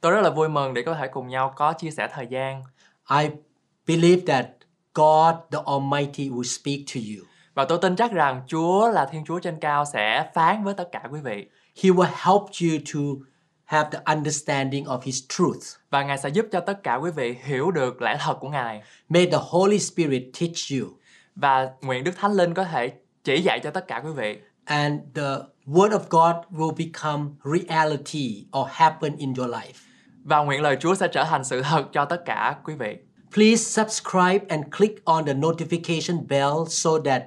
Tôi rất là vui mừng để có thể cùng nhau có chia sẻ thời gian I believe that God the Almighty will speak to you. và tôi tin chắc rằng Chúa là Thiên Chúa trên cao sẽ phán với tất cả quý vị He will help you to have the understanding of His truth. và Ngài sẽ giúp cho tất cả quý vị hiểu được lẽ thật của Ngài May the Holy Spirit teach you, và nguyện Đức Thánh Linh có thể chỉ dạy cho tất cả quý vị and the Word of God will become reality or happen in your life. và nguyện lời Chúa sẽ trở thành sự thật cho tất cả quý vị. Please subscribe and click on the notification bell so that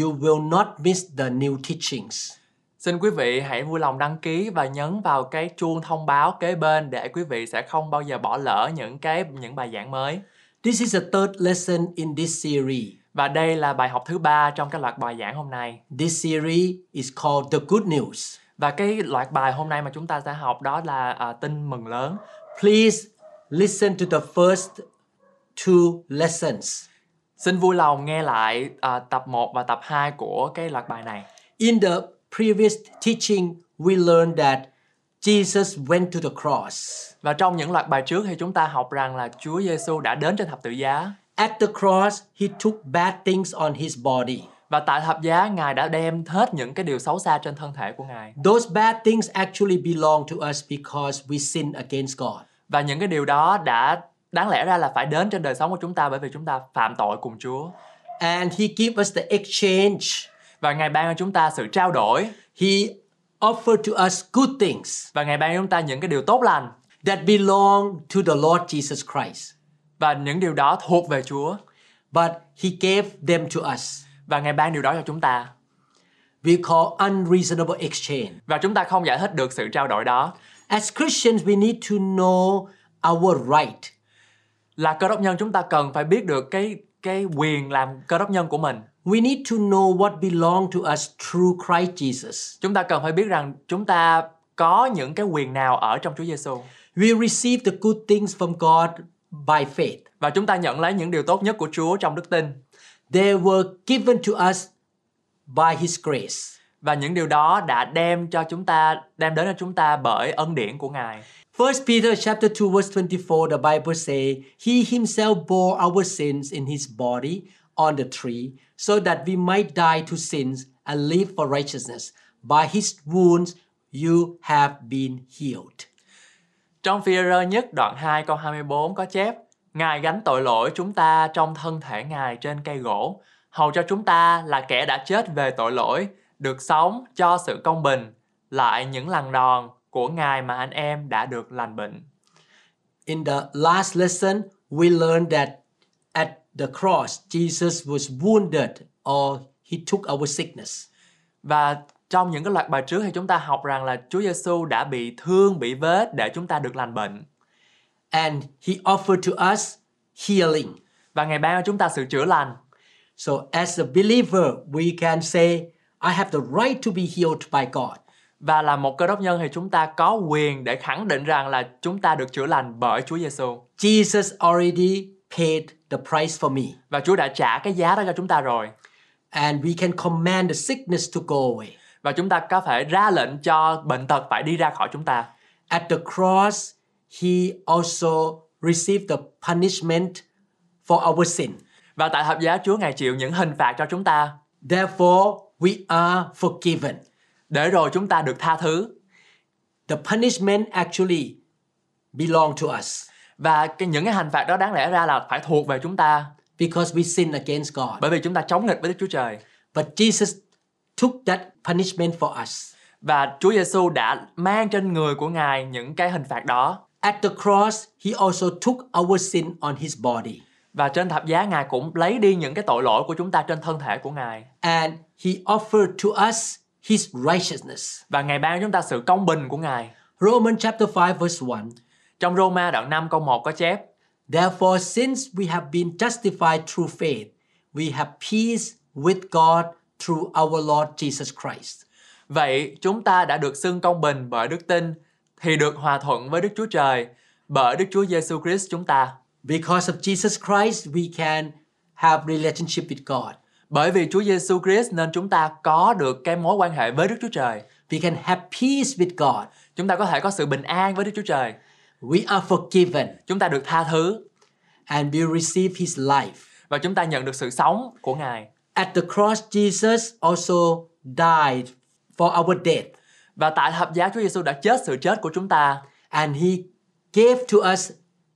you will not miss the new teachings. Xin quý vị hãy vui lòng đăng ký và nhấn vào cái chuông thông báo kế bên để quý vị sẽ không bao giờ bỏ lỡ những cái những bài giảng mới. This is the third lesson in this series. Và đây là bài học thứ ba trong cái loạt bài giảng hôm nay. This series is called The Good News. Và cái loạt bài hôm nay mà chúng ta sẽ học đó là à, tin mừng lớn. Please listen to the first two lessons. Xin vui lòng nghe lại à, tập 1 và tập 2 của cái loạt bài này. In the previous teaching, we learned that Jesus went to the cross. Và trong những loạt bài trước thì chúng ta học rằng là Chúa Giêsu đã đến trên thập tự giá At the cross, he took bad things on his body. và tại thập giá Ngài đã đem hết những cái điều xấu xa trên thân thể của Ngài. Those bad things actually belong to us because we sin against God. Và những cái điều đó đã đáng lẽ ra là phải đến trên đời sống của chúng ta bởi vì chúng ta phạm tội cùng Chúa. And he gave us the exchange. Và Ngài ban cho chúng ta sự trao đổi He offered to us good things và Ngài ban cho chúng ta những cái điều tốt lành that belong to the Lord Jesus Christ. và những điều đó thuộc về Chúa but he gave them to us. và Ngài ban điều đó cho chúng ta. We call unreasonable exchange. Và chúng ta không giải thích được sự trao đổi đó. As Christians, we need to know our right. Là cơ đốc nhân chúng ta cần phải biết được cái cái quyền làm cơ đốc nhân của mình. We need to know what belong to us through Christ Jesus. Chúng ta cần phải biết rằng chúng ta có những cái quyền nào ở trong Chúa Giêsu We receive the good things from God by faith. và chúng ta nhận lấy những điều tốt nhất của Chúa trong đức tin They were given to us by his grace. và những điều đó đã đem cho chúng ta đem đến cho chúng ta bởi ân điển của Ngài. 1 Peter chapter 2 verse 24 the Bible say he himself bore our sins in his body on the tree so that we might die to sins and live for righteousness by his wounds you have been healed. Trong Phi-e-rơ nhất đoạn 2 câu 24 có chép Ngài gánh tội lỗi chúng ta trong thân thể Ngài trên cây gỗ Hầu cho chúng ta là kẻ đã chết về tội lỗi Được sống cho sự công bình Lại những lần đòn của Ngài mà anh em đã được lành bệnh In the last lesson we learned that at the cross Jesus was wounded or he took our sickness. Và trong những cái loạt bài trước thì chúng ta học rằng là Chúa Giêsu đã bị thương, bị vết để chúng ta được lành bệnh and he offered to us healing. Và Ngài ban cho chúng ta sự chữa lành So, as a believer, we can say, I have the right to be healed by God. Và là một cơ đốc nhân thì chúng ta có quyền để khẳng định rằng là chúng ta được chữa lành bởi Chúa Giêsu. Jesus already paid the price for me, và Chúa đã trả cái giá đó cho chúng ta rồi and we can command the sickness to go away. và chúng ta có thể ra lệnh cho bệnh tật phải đi ra khỏi chúng ta At the cross, he also received the punishment for our sin. và tại thập giá Chúa ngài chịu những hình phạt cho chúng ta Therefore, we are forgiven. để rồi chúng ta được tha thứ The punishment actually belonged to us và cái những cái hình phạt đó đáng lẽ ra là phải thuộc về chúng ta because we sin against God. bởi vì chúng ta chống nghịch với Đức Chúa Trời But Jesus took that punishment for us. và Chúa Giêsu đã mang trên người của ngài những cái hình phạt đó At the cross, he also took our sin on his body. và trên thập giá ngài cũng lấy đi những cái tội lỗi của chúng ta trên thân thể của ngài And he offered to us his righteousness. và ngài ban cho chúng ta sự công bình của ngài Romans chapter 5, verse 1. Trong Roma đoạn 5 câu 1 có chép, Therefore, since we have been justified through faith, we have peace with God through our Lord Jesus Christ. Vậy chúng ta đã được xưng công bình bởi đức tin thì được hòa thuận với Đức Chúa Trời bởi Đức Chúa Giêsu Christ chúng ta. Because of Jesus Christ, we can have relationship with God. Bởi vì Chúa Giêsu Christ nên chúng ta có được cái mối quan hệ với Đức Chúa Trời. We can have peace with God. Chúng ta có thể có sự bình an với Đức Chúa Trời. We are forgiven Chúng ta được tha thứ and we receive his life. và chúng ta nhận được sự sống của Ngài. At the cross, Jesus also died for our death Và tại thập giá Chúa Giêsu đã chết sự chết của chúng ta and he gave to us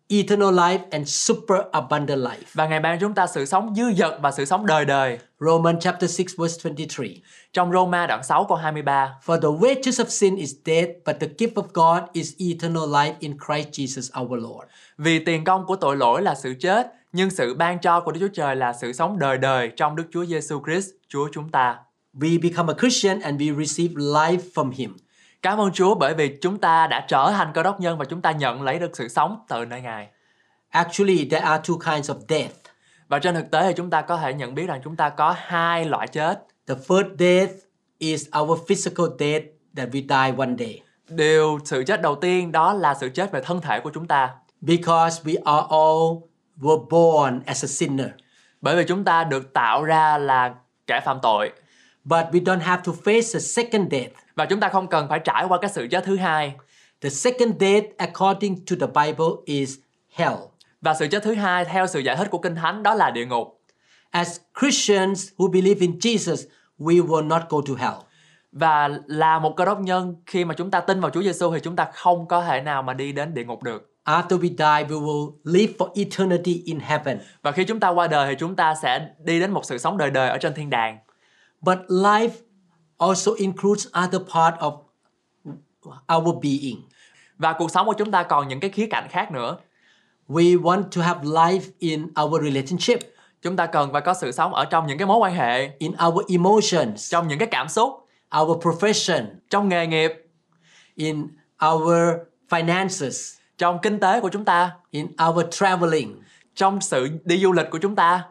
eternal life and super abundant life. và Ngài ban chúng ta sự sống dư dật và sự sống đời đời. Romans chapter 6 verse 23. Trong Roma đoạn 6 câu 23 For the wages of sin is death, but the gift of God is eternal life in Christ Jesus our Lord. Vì tiền công của tội lỗi là sự chết, nhưng sự ban cho của Đức Chúa Trời là sự sống đời đời trong Đức Chúa Giêsu Christ, Chúa chúng ta. We become a Christian and we receive life from him. Cảm ơn Chúa bởi vì chúng ta đã trở thành cơ đốc nhân và chúng ta nhận lấy được sự sống từ nơi Ngài. Actually, there are two kinds of death. Và trên thực tế thì chúng ta có thể nhận biết rằng chúng ta có hai loại chết. The first death is our physical death that we die one day Điều sự chết đầu tiên đó là sự chết về thân thể của chúng ta. because we are all were born as a sinner. Bởi vì chúng ta được tạo ra là kẻ phạm tội But we don't have to face the second death. và chúng ta không cần phải trải qua cái sự chết thứ hai. The second death, according to the Bible, is hell. Và sự chết thứ hai theo sự giải thích của Kinh Thánh đó là địa ngục. As Christians who believe in Jesus, we will not go to hell. Và là một cơ đốc nhân khi mà chúng ta tin vào Chúa Giêsu thì chúng ta không có thể nào mà đi đến địa ngục được. After we die, we will live for eternity in heaven. Và khi chúng ta qua đời thì chúng ta sẽ đi đến một sự sống đời đời ở trên thiên đàng. But life also includes other part of our being. Và cuộc sống của chúng ta còn những cái khía cạnh khác nữa. We want to have life in our relationship, Chúng ta cần phải có sự sống ở trong những cái mối quan hệ, in our emotions, trong những cái cảm xúc, our profession, trong nghề nghiệp, in our finances, trong kinh tế của chúng ta, in our traveling, trong sự đi du lịch của chúng ta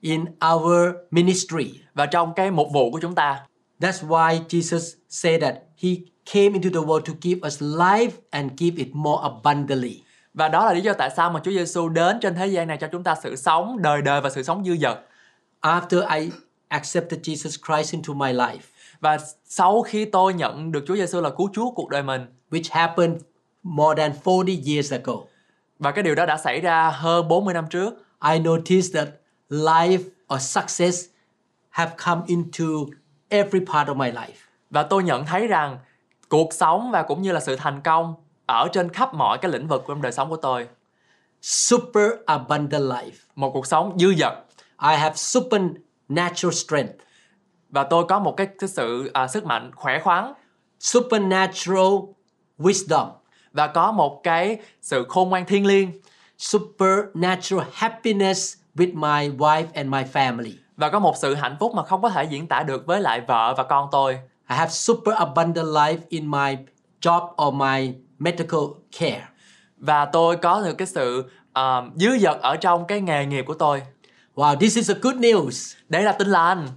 in our ministry. và trong cái mục vụ của chúng ta. That's why Jesus said that he came into the world to give us life and give it more abundantly. Và đó là lý do tại sao mà Chúa Giêsu đến trên thế gian này cho chúng ta sự sống đời đời và sự sống dư dật. After I accepted Jesus Christ into my life, Và sau khi tôi nhận được Chúa Giêsu là cứu Chúa cuộc đời mình which happened more than 40 years ago, và cái điều đó đã xảy ra hơn 40 năm trước, I noticed that life or success have come into every part of my life. và tôi nhận thấy rằng cuộc sống và cũng như là sự thành công ở trên khắp mọi cái lĩnh vực trong đời sống của tôi, Super abundant life. một cuộc sống dư dật I have supernatural strength, và tôi có một cái, cái sự à, sức mạnh khỏe khoắn supernatural wisdom, và có một cái sự khôn ngoan thiêng liêng supernatural happiness with my wife and my family. và có một sự hạnh phúc mà không có thể diễn tả được với lại vợ và con tôi I have super abundant life in my job or my medical care. và tôi có được cái sự à, dư dật ở trong cái nghề nghiệp của tôi Wow, this is a good news. đấy là tin lành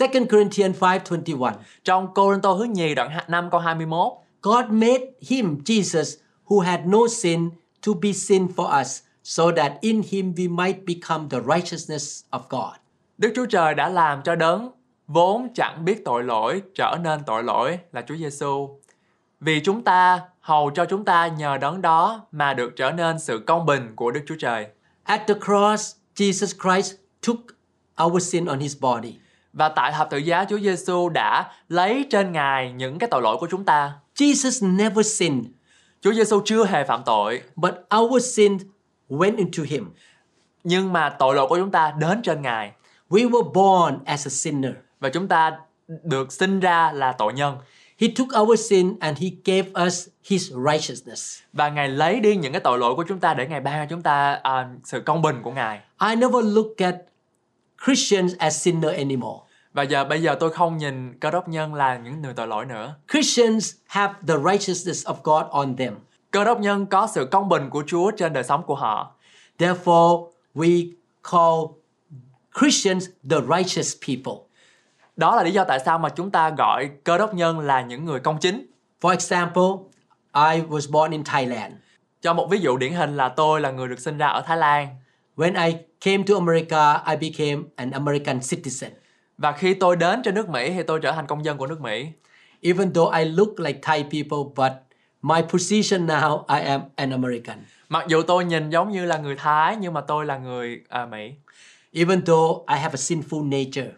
2 Corinthians 5:21. trong Cô Tô thứ nhì đoạn ha- 5 câu 21 God made him Jesus who had no sin to be sin for us so that in him we might become the righteousness of God. Đức Chúa Trời đã làm cho đấng vốn chẳng biết tội lỗi trở nên tội lỗi là Chúa Giêsu vì chúng ta hầu cho chúng ta nhờ đấng đó mà được trở nên sự công bình của Đức Chúa Trời At the cross, Jesus Christ took our sin on his body. và tại thập tự giá Chúa Giêsu đã lấy trên ngài những cái tội lỗi của chúng ta Jesus never sinned, Chúa Giêsu chưa hề phạm tội, but our sin went into him. nhưng mà tội lỗi của chúng ta đến trên Ngài We were born as a sinner. và chúng ta được sinh ra là tội nhân He took our sin and he gave us his righteousness. và Ngài lấy đi những cái tội lỗi của chúng ta để Ngài ban cho chúng ta à, sự công bình của Ngài. I never look at Christians as sinner anymore. Và giờ bây giờ tôi không nhìn cơ đốc nhân là những người tội lỗi nữa. Christians have the righteousness of God on them. Cơ đốc nhân có sự công bình của Chúa trên đời sống của họ. Therefore, we call Christians the righteous people. Đó là lý do tại sao mà chúng ta gọi cơ đốc nhân là những người công chính. For example, I was born in Thailand. Cho một ví dụ điển hình là tôi là người được sinh ra ở Thái Lan When I came to America, I became an American citizen. và khi tôi đến trên nước Mỹ thì tôi trở thành công dân của nước Mỹ. Even though I look like Thai people, but my position now, I am an American. Mặc dù tôi nhìn giống như là người Thái nhưng mà tôi là người à, Mỹ. Even though I have a sinful nature,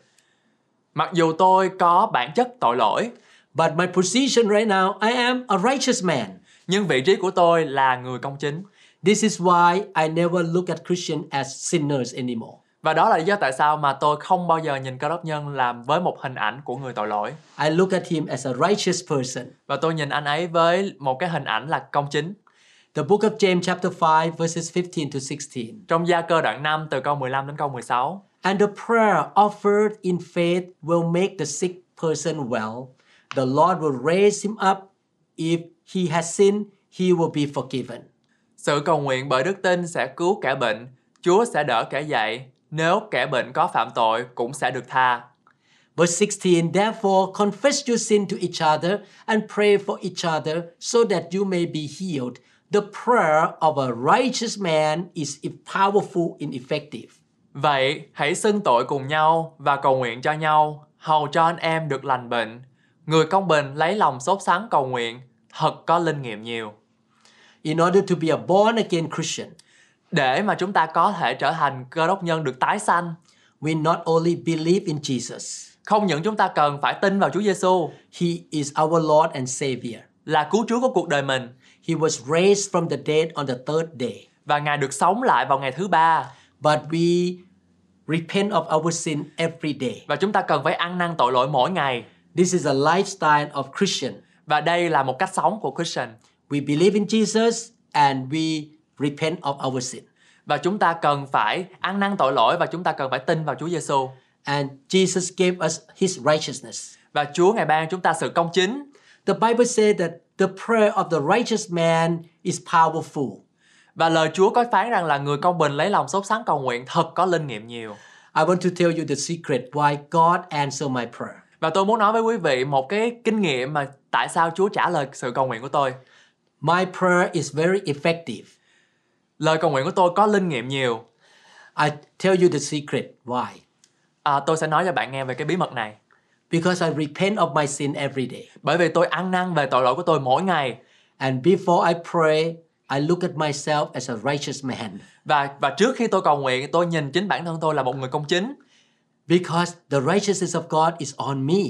Mặc dù tôi có bản chất tội lỗi but my position right now, I am a righteous man. nhưng vị trí của tôi là người công chính. This is why I never look at Christians as sinners anymore. Và đó là lý do tại sao mà tôi không bao giờ nhìn cơ đốc nhân làm với một hình ảnh của người tội lỗi. I look at him as a righteous person. Và tôi nhìn anh ấy với một cái hình ảnh là công chính. The book of James, chapter 5, verses 15 to 16. Trong gia cơ đoạn 5 từ câu 15 đến câu 16. And the prayer offered in faith will make the sick person well. The Lord will raise him up. If he has sinned, he will be forgiven. Sự cầu nguyện bởi đức tin sẽ cứu kẻ bệnh, Chúa sẽ đỡ kẻ dậy, nếu kẻ bệnh có phạm tội cũng sẽ được tha. Verse 16 Therefore, confess your sin to each other and pray for each other so that you may be healed. The prayer of a righteous man is powerful and effective. Vậy, hãy xưng tội cùng nhau và cầu nguyện cho nhau, hầu cho anh em được lành bệnh. Người công bình lấy lòng sốt sắng cầu nguyện, thật có linh nghiệm nhiều. In order to be a born again Christian, Để mà chúng ta có thể trở thành cơ đốc nhân được tái sanh, we not only believe in Jesus, không những chúng ta cần phải tin vào Chúa Giêsu He is our Lord and Savior. là cứu Chúa của cuộc đời mình He was raised from the dead on the third day. và Ngài được sống lại vào ngày thứ ba But we repent of our sin every day. và chúng ta cần phải ăn năn tội lỗi mỗi ngày This is a lifestyle of Christian. Và đây là một cách sống của Christian. We believe in Jesus and we repent of our sin. Và chúng ta cần phải ăn năn tội lỗi và chúng ta cần phải tin vào Chúa Giêsu. And Jesus gave us his righteousness. Và Chúa ngày ban chúng ta sự công chính. The Bible says that the prayer of the righteous man is powerful. Và lời Chúa có phán rằng là người công bình lấy lòng sốt sắng cầu nguyện thật có linh nghiệm nhiều. I want to tell you the secret why God answered my prayer. Và tôi muốn nói với quý vị một cái kinh nghiệm mà tại sao Chúa trả lời sự cầu nguyện của tôi. My prayer is very effective. Lời cầu nguyện của tôi có linh nghiệm nhiều. I tell you the secret why. À, tôi sẽ nói cho bạn nghe về cái bí mật này. Because I repent of my sin every day. Bởi vì tôi ăn năn về tội lỗi của tôi mỗi ngày And before I pray, I look at myself as a righteous man. và và trước khi tôi cầu nguyện tôi nhìn chính bản thân tôi là một người công chính Because the righteousness of God is on me.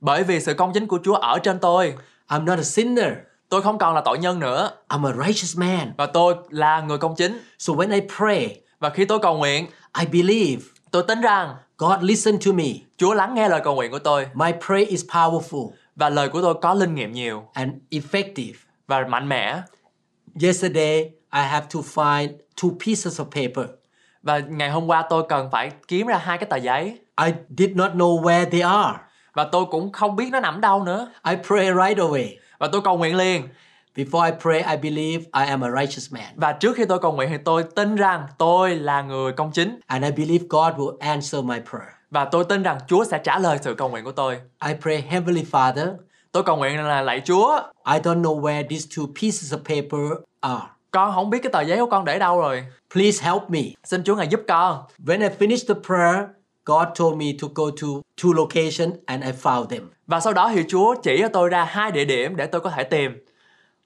bởi vì sự công chính của Chúa ở trên tôi I'm not a sinner. Tôi không còn là tội nhân nữa I'm a righteous man. và tôi là người công chính. So when I pray, Và khi tôi cầu nguyện, I believe tôi tin rằng God listened to me. Chúa lắng nghe lời cầu nguyện của tôi My prayer is powerful và lời của tôi có linh nghiệm nhiều and effective. và mạnh mẽ. Yesterday, I have to find two pieces of paper. Và ngày hôm qua tôi cần phải kiếm ra hai cái tờ giấy I did not know where they are. và tôi cũng không biết nó nằm đâu nữa I pray right away. và tôi cầu nguyện liền. Before I pray, I believe I am a righteous man. Và trước khi tôi cầu nguyện thì tôi tin rằng tôi là người công chính And I believe God will answer my prayer. và tôi tin rằng Chúa sẽ trả lời sự cầu nguyện của tôi. I pray, Heavenly Father, Tôi cầu nguyện là lạy Chúa, I don't know where these two pieces of paper are. con không biết cái tờ giấy của con để đâu rồi. Please help me. Xin Chúa ngài giúp con. When I finished the prayer, God told me to go to two locations and I found them. Và sau đó thì Chúa chỉ cho tôi ra hai địa điểm để tôi có thể tìm.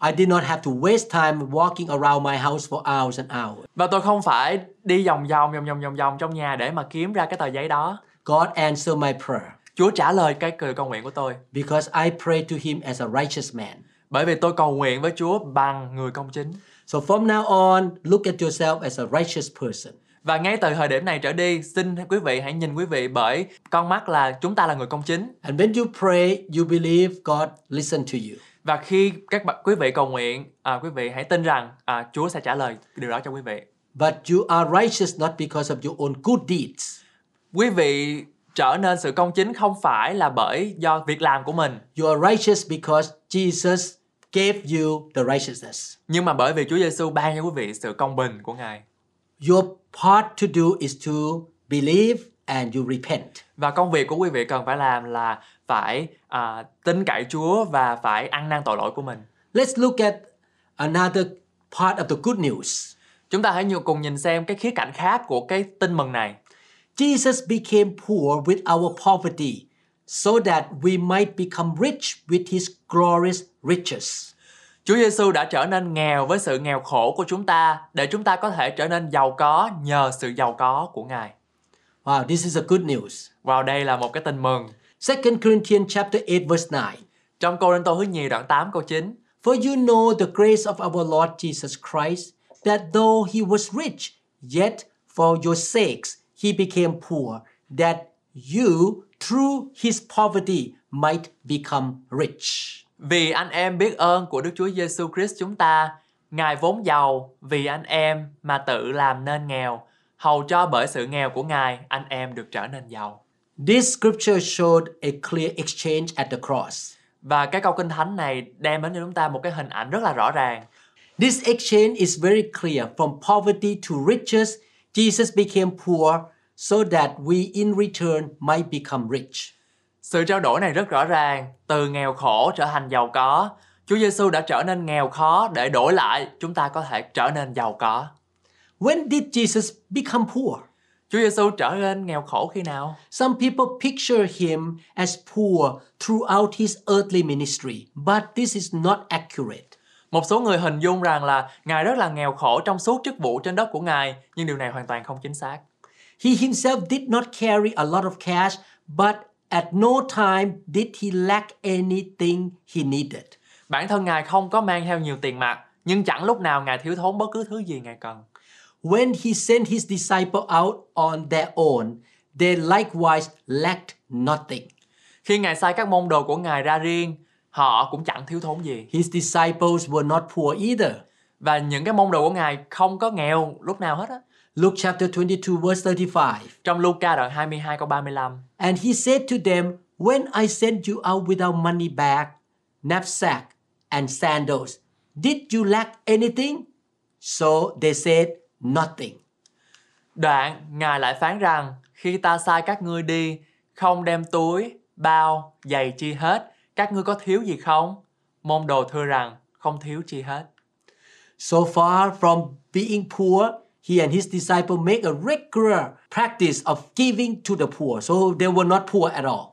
I did not have to waste time walking around my house for hours and hours. Và tôi không phải đi vòng vòng vòng vòng vòng vòng trong nhà để mà kiếm ra cái tờ giấy đó. God answered my prayer Chúa trả lời cái cười cầu nguyện của tôi. because I prayed to him as a righteous man. Bởi vì tôi cầu nguyện với Chúa bằng người công chính. So from now on, look at yourself as a righteous person. Và ngay từ thời điểm này trở đi, xin quý vị hãy nhìn quý vị bởi con mắt là chúng ta là người công chính. And when you pray, you believe God listened to you. Và khi các bạn quý vị cầu nguyện, à, quý vị hãy tin rằng à, Chúa sẽ trả lời điều đó cho quý vị. But you are righteous not because of your own good deeds. Quý vị trở nên sự công chính không phải là bởi do việc làm của mình, You are righteous because Jesus gave you the righteousness. Nhưng mà bởi vì Chúa Giêsu ban cho quý vị sự công bình của Ngài Your part to do is to believe and you repent. và công việc của quý vị cần phải làm là phải à, tin cậy Chúa và phải ăn năn tội lỗi của mình. Let's look at another part of the good news. Chúng ta hãy nhiều cùng nhìn xem cái khía cạnh khác của cái tin mừng này. Jesus became poor with our poverty so that we might become rich with his glorious riches. Chúa Giêsu đã trở nên nghèo với sự nghèo khổ của chúng ta để chúng ta có thể trở nên giàu có nhờ sự giàu có của Ngài. Wow, this is a good news. Vào đây là một cái tin mừng. 2 Corinthians chapter 8 verse 9. Trong Cô Rinh Tô thứ nhì đoạn 8 câu 9 For you know the grace of our Lord Jesus Christ, that though he was rich, yet for your sakes he became poor, that you through his poverty might become rich. Vì anh em biết ơn của Đức Chúa Giêsu Christ chúng ta, Ngài vốn giàu vì anh em mà tự làm nên nghèo, hầu cho bởi sự nghèo của Ngài anh em được trở nên giàu. This scripture showed a clear exchange at the cross. Và cái câu kinh thánh này đem đến cho chúng ta một cái hình ảnh rất là rõ ràng. This exchange is very clear. From poverty to riches, Jesus became poor so that we in return might become rich. Sự trao đổi này rất rõ ràng, từ nghèo khổ trở thành giàu có. Chúa Giêsu đã trở nên nghèo khó để đổi lại chúng ta có thể trở nên giàu có. When did Jesus become poor? Chúa Giêsu trở nên nghèo khổ khi nào? Some people picture him as poor throughout his earthly ministry, but this is not accurate. Một số người hình dung rằng là Ngài rất là nghèo khổ trong suốt chức vụ trên đất của Ngài, nhưng điều này hoàn toàn không chính xác. He himself did not carry a lot of cash, but at no time did he lack anything he needed. Bản thân Ngài không có mang theo nhiều tiền mặt, nhưng chẳng lúc nào Ngài thiếu thốn bất cứ thứ gì Ngài cần. When he sent his disciples out on their own, they likewise lacked nothing. Khi Ngài sai các môn đồ của Ngài ra riêng, họ cũng chẳng thiếu thốn gì. His disciples were not poor either. Và những cái môn đồ của Ngài không có nghèo lúc nào hết á. Luke chapter 22, verse 35. Trong Luca đoạn 22 câu 35, And he said to them, When I sent you out without money bag, knapsack, and sandals, did you lack anything? So they said, Nothing. đoạn Ngài lại phán rằng khi ta sai các ngươi đi, không đem túi, bao, giày chi hết, các ngươi có thiếu gì không? Môn đồ thưa rằng không thiếu chi hết. So far from being poor, he and his disciple make a regular practice of giving to the poor. So they were not poor at all.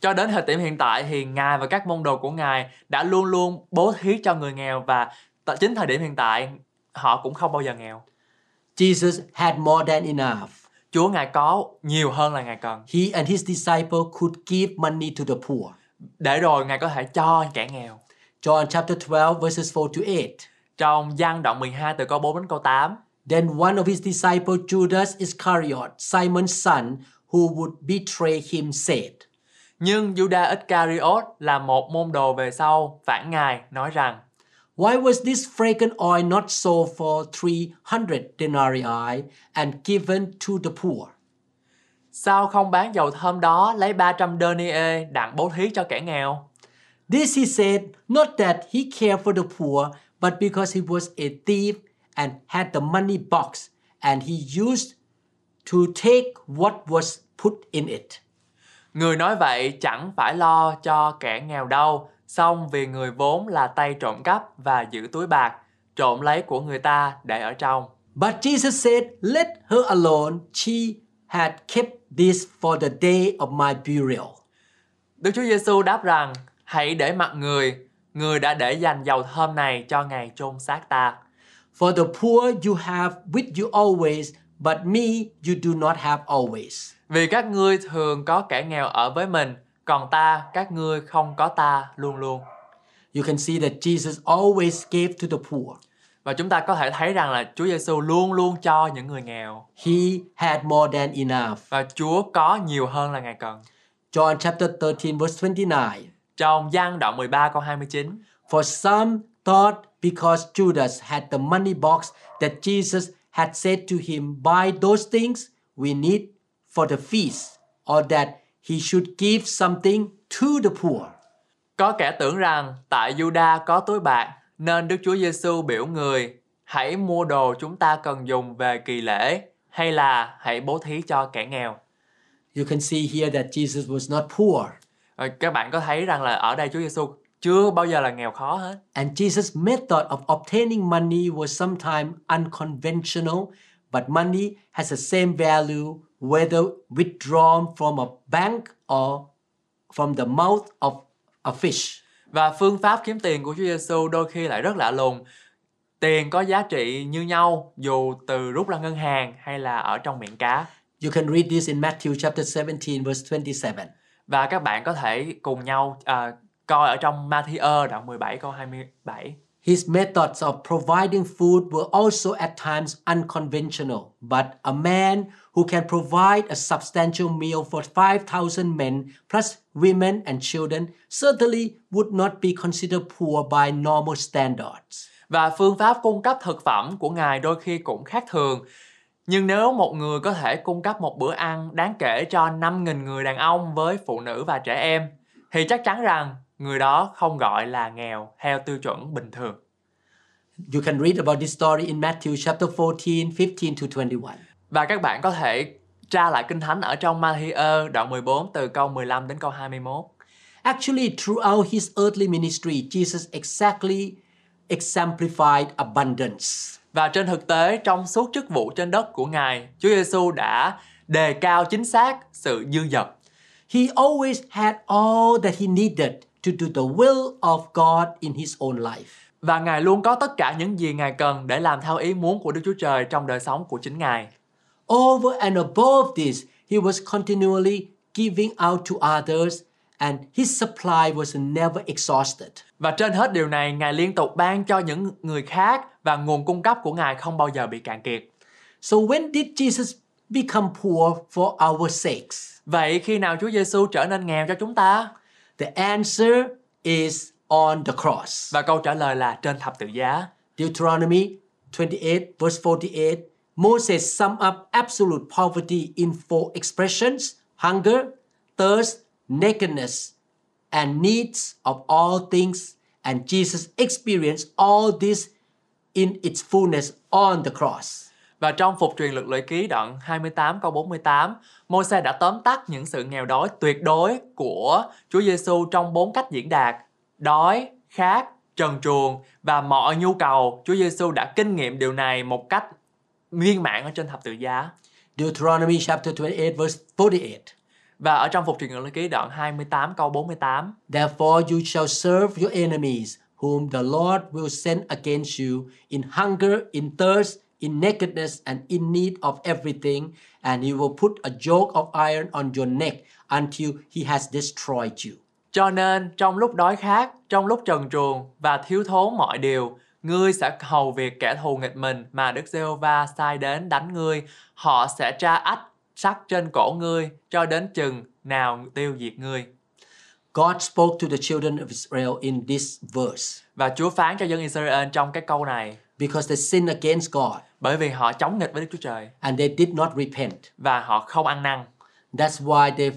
Cho đến thời điểm hiện tại thì Ngài và các môn đồ của Ngài đã luôn luôn bố thí cho người nghèo và t- chính thời điểm hiện tại họ cũng không bao giờ nghèo. Jesus had more than enough. Chúa Ngài có nhiều hơn là Ngài cần. He and his disciple could give money to the poor. Để rồi Ngài có thể cho kẻ nghèo. John chapter 12, verses 4 to 8. Trong gian đoạn 12 từ câu 4 đến câu 8, Then one of his disciples, Judas Iscariot, Simon's son, who would betray him, said, Nhưng Judas Iscariot là một môn đồ về sau phản ngài nói rằng Why was this fragrant oil not sold for 300 denarii and given to the poor? Sao không bán dầu thơm đó lấy 300 denier đặng bố thí cho kẻ nghèo? This he said, not that he cared for the poor, but because he was a thief and had the money box, and he used to take what was put in it. Người nói vậy chẳng phải lo cho kẻ nghèo đâu, song vì người vốn là tay trộm cắp và giữ túi bạc, trộm lấy của người ta để ở trong. But Jesus said, Let her alone. She had kept this for the day of my burial. Đức Chúa Giêsu đáp rằng, hãy để mặc người, người đã để dành dầu thơm này cho ngày chôn xác ta. For the poor you have with you always, but me you do not have always. Vì các ngươi thường có kẻ nghèo ở với mình, còn ta, các ngươi không có ta luôn luôn. You can see that Jesus always gave to the poor. Và chúng ta có thể thấy rằng là Chúa Giêsu luôn luôn cho những người nghèo He had more than enough. và Chúa có nhiều hơn là Ngài cần. John chapter 13, verse 29. Trong gian đoạn 13 câu 29, For some thought because Judas had the money box that Jesus had said to him, Buy those things we need for the feast, or that he should give something to the poor. Có kẻ tưởng rằng tại Juda có túi bạc nên Đức Chúa Giêsu biểu người hãy mua đồ chúng ta cần dùng về kỳ lễ hay là hãy bố thí cho kẻ nghèo. You can see here that Jesus was not poor, Ờ, Các bạn có thấy rằng là ở đây Chúa Giêsu chưa bao giờ là nghèo khó hết. and Jesus' method of obtaining money was sometimes unconventional, but money has the same value whether withdrawn from a bank or from the mouth of a fish. Và phương pháp kiếm tiền của Chúa Giêsu đôi khi lại rất lạ lùng. Tiền có giá trị như nhau dù từ rút ra ngân hàng hay là ở trong miệng cá. You can read this in Matthew chapter 17 verse 27. Và các bạn có thể cùng nhau à, coi ở trong Matthew đoạn 17 câu 27. His methods of providing food were also at times unconventional, but a man who can provide a substantial meal for 5,000 men, plus women and children, certainly would not be considered poor by normal standards. Và phương pháp cung cấp thực phẩm của Ngài đôi khi cũng khác thường. Nhưng nếu một người có thể cung cấp một bữa ăn đáng kể cho 5.000 người đàn ông với phụ nữ và trẻ em, thì chắc chắn rằng người đó không gọi là nghèo theo tiêu chuẩn bình thường. You can read about this story in Matthew chapter 14, 15 to 21. Và các bạn có thể tra lại Kinh Thánh ở trong Matthew đoạn 14 từ câu 15 đến câu 21. Actually, throughout his earthly ministry, Jesus exactly exemplified abundance. Và trên thực tế, trong suốt chức vụ trên đất của Ngài, Chúa Giêsu đã đề cao chính xác sự dư dật. He always had all that he needed to do the will of God in his own life. Và Ngài luôn có tất cả những gì Ngài cần để làm theo ý muốn của Đức Chúa Trời trong đời sống của chính Ngài. Over and above this, he was continually giving out to others, and his supply was never exhausted. Và trên hết điều này, Ngài liên tục ban cho những người khác và nguồn cung cấp của Ngài không bao giờ bị cạn kiệt. So, when did Jesus become poor for our sakes? Vậy khi nào Chúa Giêsu trở nên nghèo cho chúng ta? The answer is on the cross. Và câu trả lời là trên thập tự giá. Deuteronomy 28, verse 48, Moses summed up absolute poverty in four expressions hunger, thirst, nakedness, and needs of all things. And Jesus experienced all this in its fullness on the cross. Và trong Phục truyền lực lưỡi ký đoạn 28 câu 48, Môi-se đã tóm tắt những sự nghèo đói tuyệt đối của Chúa Giêsu trong bốn cách diễn đạt: đói, khát, trần truồng và mọi nhu cầu. Chúa Giêsu đã kinh nghiệm điều này một cách viên mãn ở trên thập tự giá. Deuteronomy chapter 28, verse 48. Và ở trong Phục truyền lực lưỡi ký đoạn 28 câu 48, Therefore you shall serve your enemies, whom the Lord will send against you, in hunger, in thirst, in nakedness, and in need of everything, and he will put a yoke of iron on your neck until he has destroyed you. Cho nên, trong lúc đói khát, trong lúc trần truồng và thiếu thốn mọi điều, ngươi sẽ hầu việc kẻ thù nghịch mình mà Đức Giê-hô-va sai đến đánh ngươi. Họ sẽ tra ách sắt trên cổ ngươi cho đến chừng nào tiêu diệt ngươi. God spoke to the children of Israel in this verse Và Chúa phán cho dân Israel trong cái câu này, because they sinned against God bởi vì họ chống nghịch với Đức Chúa Trời and they did not repent. và họ không ăn năn. That's why they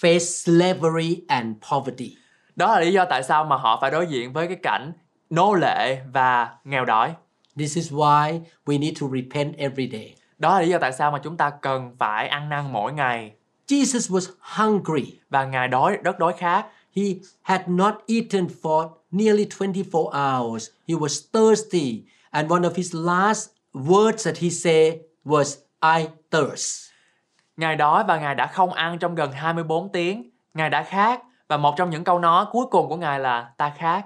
faced slavery and poverty. Đó là lý do tại sao mà họ phải đối diện với cái cảnh nô lệ và nghèo đói. This is why we need to repent every day. Đó là lý do tại sao mà chúng ta cần phải ăn năn mỗi ngày Jesus was hungry. và ngày đói rất đói khát. He had not eaten for nearly 24 hours. He was thirsty. And one of his last words that he said was, I thirst. Ngài đói và Ngài đã không ăn trong gần 24 tiếng. Ngài đã khát và một trong những câu nói cuối cùng của Ngài là ta khát.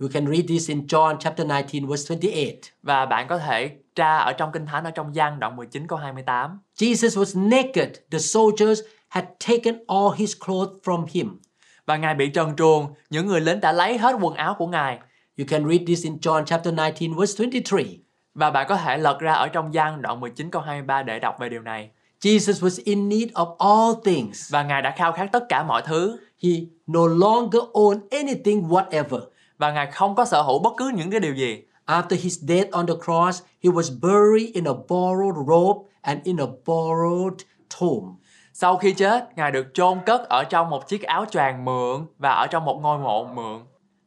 You can read this in John chapter 19, verse 28. Và bạn có thể tra ở trong Kinh Thánh ở trong gian đoạn 19 câu 28. Jesus was naked. The soldiers had taken all his clothes from him. Và Ngài bị trần truồng, những người lính đã lấy hết quần áo của Ngài. You can read this in John chapter 19, verse 23. Và bạn có thể lật ra ở trong gian đoạn 19 câu 23 để đọc về điều này. Jesus was in need of all things. Và Ngài đã khao khát tất cả mọi thứ. He no longer owned anything whatever. Và Ngài không có sở hữu bất cứ những cái điều gì. After his death on the cross, he was buried in a borrowed robe and in a borrowed tomb. Sau khi chết, Ngài được chôn cất ở trong một chiếc áo choàng mượn và ở trong một ngôi mộ mượn.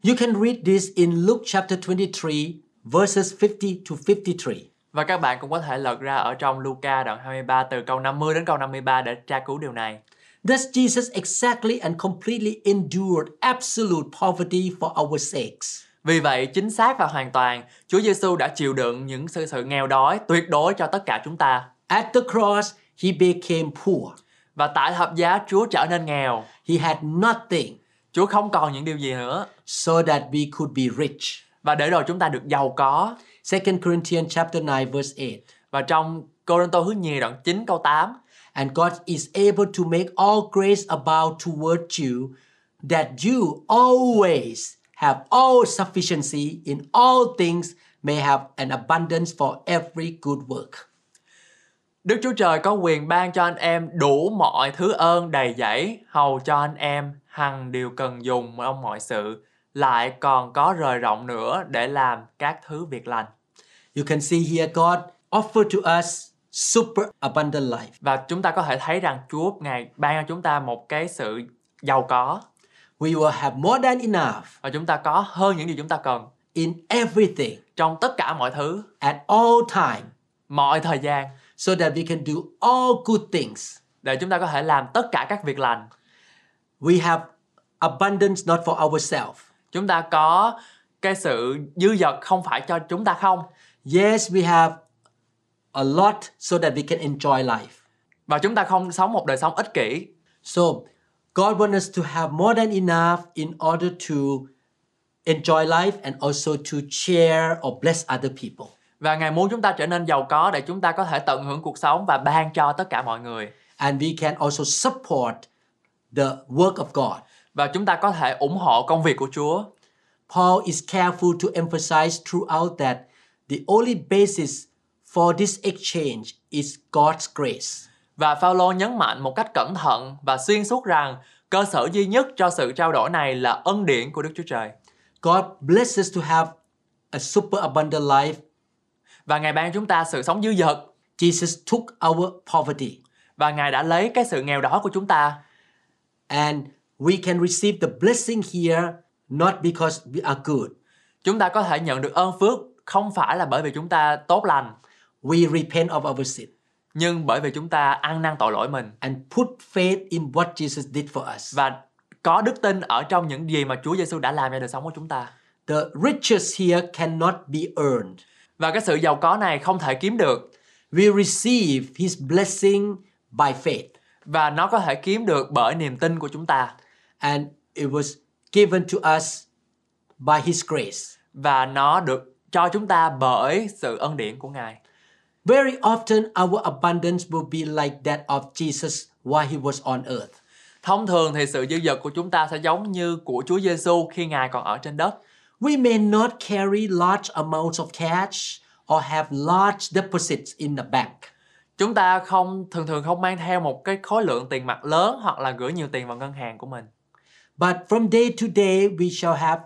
You can read this in Luke chapter 23, verses 50 to 53. Và các bạn cũng có thể lật ra ở trong Luca đoạn 23 từ câu 50 đến câu 53 để tra cứu điều này. Thus, Jesus exactly and completely endured absolute poverty for our sakes. Vì vậy, chính xác và hoàn toàn, Chúa Giêsu đã chịu đựng những sự sự nghèo đói tuyệt đối cho tất cả chúng ta. At the cross, he became poor. Và tại thập giá, Chúa trở nên nghèo. He had nothing Chúa không còn những điều gì nữa. so that we could be rich. Và để rồi chúng ta được giàu có. 2 Corinthians chapter 9 verse 8. Và trong Corinto thứ nhì đoạn 9 câu 8, And God is able to make all grace abound toward you, that you always have all sufficiency in all things, may have an abundance for every good work. Đức Chúa Trời có quyền ban cho anh em đủ mọi thứ ơn đầy dẫy, hầu cho anh em hằng điều cần dùng trong mọi sự, lại còn có rời rộng nữa để làm các thứ việc lành. You can see here God offered to us super abundant life. Và chúng ta có thể thấy rằng Chúa Ngài ban cho chúng ta một cái sự giàu có We will have more than enough và chúng ta có hơn những gì chúng ta cần in everything trong tất cả mọi thứ, at all time mọi thời gian so that we can do all good things. để chúng ta có thể làm tất cả các việc lành. We have abundance not for ourselves. Chúng ta có cái sự dư dật không phải cho chúng ta không Yes, we have a lot so that we can enjoy life. và chúng ta không sống một đời sống ích kỷ So, God wants us to have more than enough in order to enjoy life and also to share or bless other people. Và Ngài muốn chúng ta trở nên giàu có để chúng ta có thể tận hưởng cuộc sống và ban cho tất cả mọi người. And we can also support the work of God. Và chúng ta có thể ủng hộ công việc của Chúa. Paul is careful to emphasize throughout that the only basis for this exchange is God's grace. Và Phaolô nhấn mạnh một cách cẩn thận và xuyên suốt rằng cơ sở duy nhất cho sự trao đổi này là ân điển của Đức Chúa Trời. God blesses to have a super abundant life. Và Ngài ban chúng ta sự sống dư dật Jesus took our poverty. và Ngài đã lấy cái sự nghèo đói của chúng ta And we can receive the blessing here not because we are good. Chúng ta có thể nhận được ơn phước không phải là bởi vì chúng ta tốt lành, We repent of our sin nhưng bởi vì chúng ta ăn năn tội lỗi mình and put faith in what Jesus did for us. và có đức tin ở trong những gì mà Chúa Giêsu đã làm cho đời sống của chúng ta. The riches here cannot be earned. Và cái sự giàu có này không thể kiếm được We receive his blessing by faith và nó có thể kiếm được bởi niềm tin của chúng ta and it was given to us by his grace. và nó được cho chúng ta bởi sự ân điển của Ngài. Very often our abundance will be like that of Jesus while he was on earth. Thông thường thì sự dư dật của chúng ta sẽ giống như của Chúa Giêsu khi Ngài còn ở trên đất. We may not carry large amounts of cash or have large deposits in the bank, Chúng ta không thường thường không mang theo một cái khối lượng tiền mặt lớn hoặc là gửi nhiều tiền vào ngân hàng của mình. but from day to day we shall have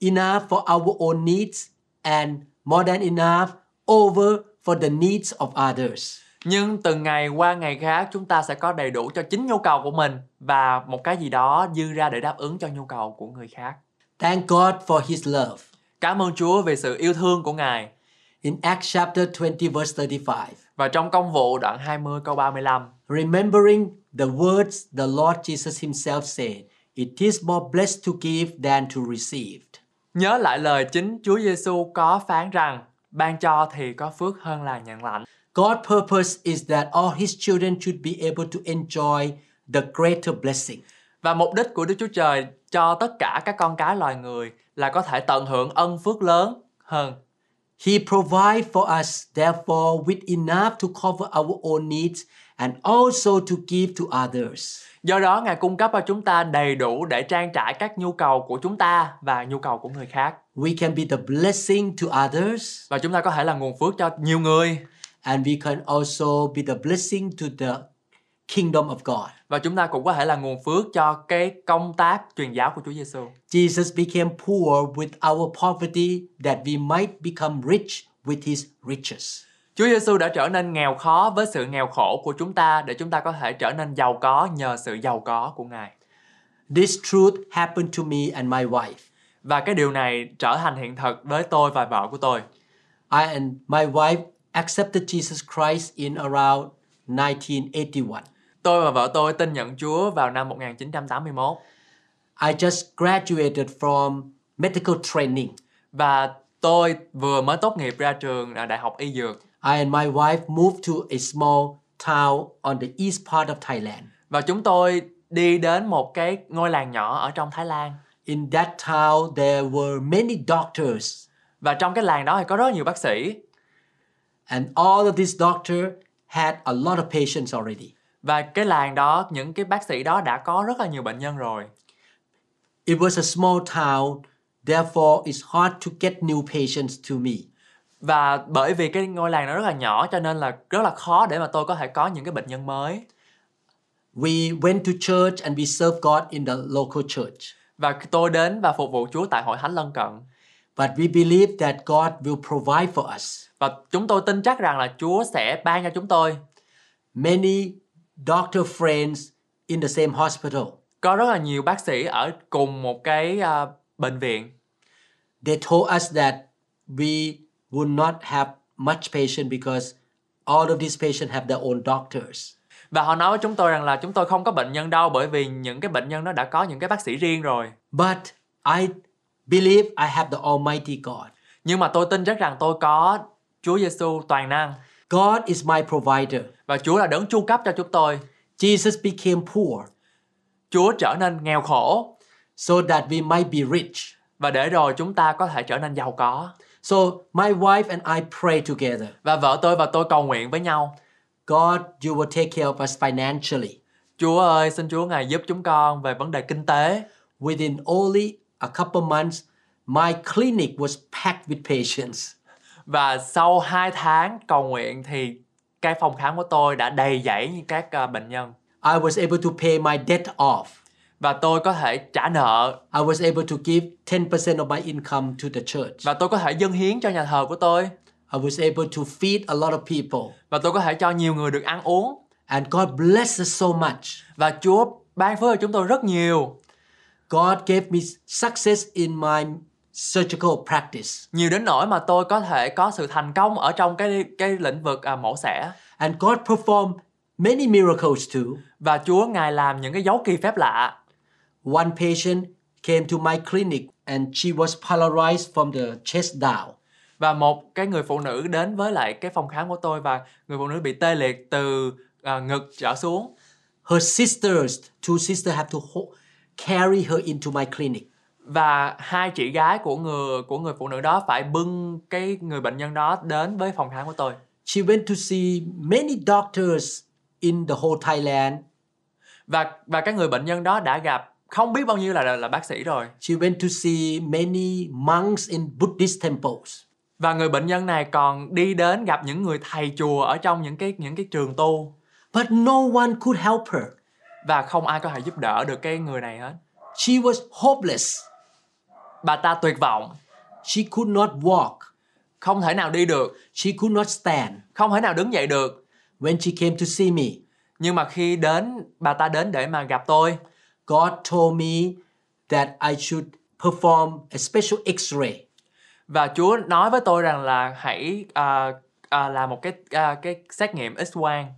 enough for our own needs and more than enough over for the needs of others. Nhưng từng ngày qua ngày khác chúng ta sẽ có đầy đủ cho chính nhu cầu của mình và một cái gì đó dư ra để đáp ứng cho nhu cầu của người khác. Thank God for his love. Cảm ơn Chúa về sự yêu thương của Ngài. In Acts chapter 20 verse 35, Và trong công vụ đoạn 20 câu 35, remembering the words the Lord Jesus himself said, it is more blessed to give than to receive. nhớ lại lời chính Chúa Giêsu có phán rằng, ban cho thì có phước hơn là nhận lãnh. God's purpose is that all his children should be able to enjoy the greater blessing. Và mục đích của Đức Chúa Trời cho tất cả các con cái loài người là có thể tận hưởng ân phước lớn hơn. He provides for us, therefore, with enough to cover our own needs and also to give to others. Do đó Ngài cung cấp cho chúng ta đầy đủ để trang trải các nhu cầu của chúng ta và nhu cầu của người khác. We can be the blessing to others, Và chúng ta có thể là nguồn phước cho nhiều người and we can also be the blessing to the kingdom of God. và chúng ta cũng có thể là nguồn phước cho cái công tác truyền giáo của Chúa Giêsu. Jesus became poor with our poverty that we might become rich with his riches. Chúa Giêsu đã trở nên nghèo khó với sự nghèo khổ của chúng ta để chúng ta có thể trở nên giàu có nhờ sự giàu có của Ngài. This truth happened to me and my wife. Và cái điều này trở thành hiện thực với tôi và vợ của tôi. I and my wife accepted Jesus Christ in around 1981. Tôi và vợ tôi tin nhận Chúa vào năm 1981 I just graduated from medical training. và tôi vừa mới tốt nghiệp ra trường à, Đại học Y Dược I and my wife moved to a small town on the east part of Thailand. và chúng tôi đi đến một cái ngôi làng nhỏ ở trong Thái Lan In that town, there were many doctors, và trong cái làng đó thì có rất nhiều bác sĩ and all of these doctors had a lot of patients already. và cái làng đó những cái bác sĩ đó đã có rất là nhiều bệnh nhân rồi It was a small town, therefore, it's hard to get new patients to me. và bởi vì cái ngôi làng nó rất là nhỏ cho nên là rất là khó để mà tôi có thể có những cái bệnh nhân mới We went to church and we served God in the local church. và khi tôi đến và phục vụ Chúa tại hội thánh lân cận But we believe that God will provide for us. và chúng tôi tin chắc rằng là Chúa sẽ ban cho chúng tôi Many doctor friends in the same hospital. có rất là nhiều bác sĩ ở cùng một cái à, bệnh viện they told us that we would not have much patient because all of these patients have their own doctors. và họ nói với chúng tôi rằng là chúng tôi không có bệnh nhân đâu bởi vì những cái bệnh nhân nó đã có những cái bác sĩ riêng rồi But I believe I have the Almighty God. nhưng mà tôi tin chắc rằng tôi có Chúa Giêsu toàn năng God is my provider. và Chúa là đấng chu cấp cho chúng tôi Jesus became poor Chúa trở nên nghèo khổ so that we might be rich. và để rồi chúng ta có thể trở nên giàu có So my wife and I pray together. và vợ tôi và tôi cầu nguyện với nhau God, you will take care of us financially. Chúa ơi xin Chúa ngài giúp chúng con về vấn đề kinh tế Within only a couple months, my clinic was packed with patients. và sau 2 tháng cầu nguyện thì cái phòng khám của tôi đã đầy dẫy như các à, bệnh nhân I was able to pay my debt off. và tôi có thể trả nợ I was able to give 10% of my income to the church. và tôi có thể dâng hiến cho nhà thờ của tôi I was able to feed a lot of people. và tôi có thể cho nhiều người được ăn uống And God blessed us so much. và Chúa ban phước cho chúng tôi rất nhiều God gave me success in my surgical practice. nhiều đến nỗi mà tôi có thể có sự thành công ở trong cái cái lĩnh vực à, mổ xẻ And God performed many miracles too. và Chúa ngài làm những cái dấu kỳ phép lạ One patient came to my clinic and she was paralyzed from the chest down. và một cái người phụ nữ đến với lại cái phòng khám của tôi và người phụ nữ bị tê liệt từ à, ngực trở xuống Her sisters, two sisters, have to ho- carry her into my clinic. và hai chị gái của người của người phụ nữ đó phải bưng cái người bệnh nhân đó đến với phòng khám của tôi She went to see many doctors in the whole Thailand và và cái người bệnh nhân đó đã gặp không biết bao nhiêu là là, là bác sĩ rồi She went to see many monks in Buddhist temples. và người bệnh nhân này còn đi đến gặp những người thầy chùa ở trong những cái những cái trường tu But no one could help her. và không ai có thể giúp đỡ được cái người này hết She was hopeless. bà ta tuyệt vọng She could not walk. không thể nào đi được She could not stand. không thể nào đứng dậy được When she came to see me, nhưng mà khi đến bà ta đến để mà gặp tôi God told me that I should perform a special x ray. và Chúa nói với tôi rằng là hãy à, à, làm một cái à, cái xét nghiệm X quang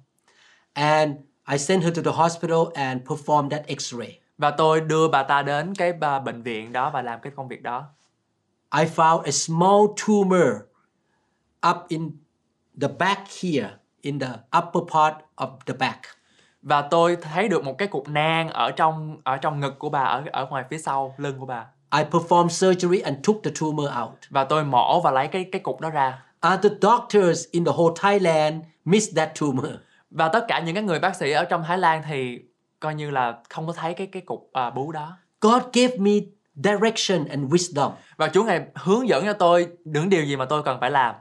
And I sent her to the hospital and performed that x ray. và tôi đưa bà ta đến cái à, bệnh viện đó và làm cái công việc đó I found a small tumor up in the back here, in the upper part of the back. và tôi thấy được một cái cục nang ở trong ở trong ngực của bà ở ở ngoài phía sau lưng của bà I performed surgery and took the tumor out. và tôi mổ và lấy cái cái cục đó ra Other doctors in the whole Thailand missed that tumor. và tất cả những cái người bác sĩ ở trong Thái Lan thì coi như là không có thấy cái cái cục à, bú đó God gave me direction and wisdom. và Chúa ngài hướng dẫn cho tôi những điều gì mà tôi cần phải làm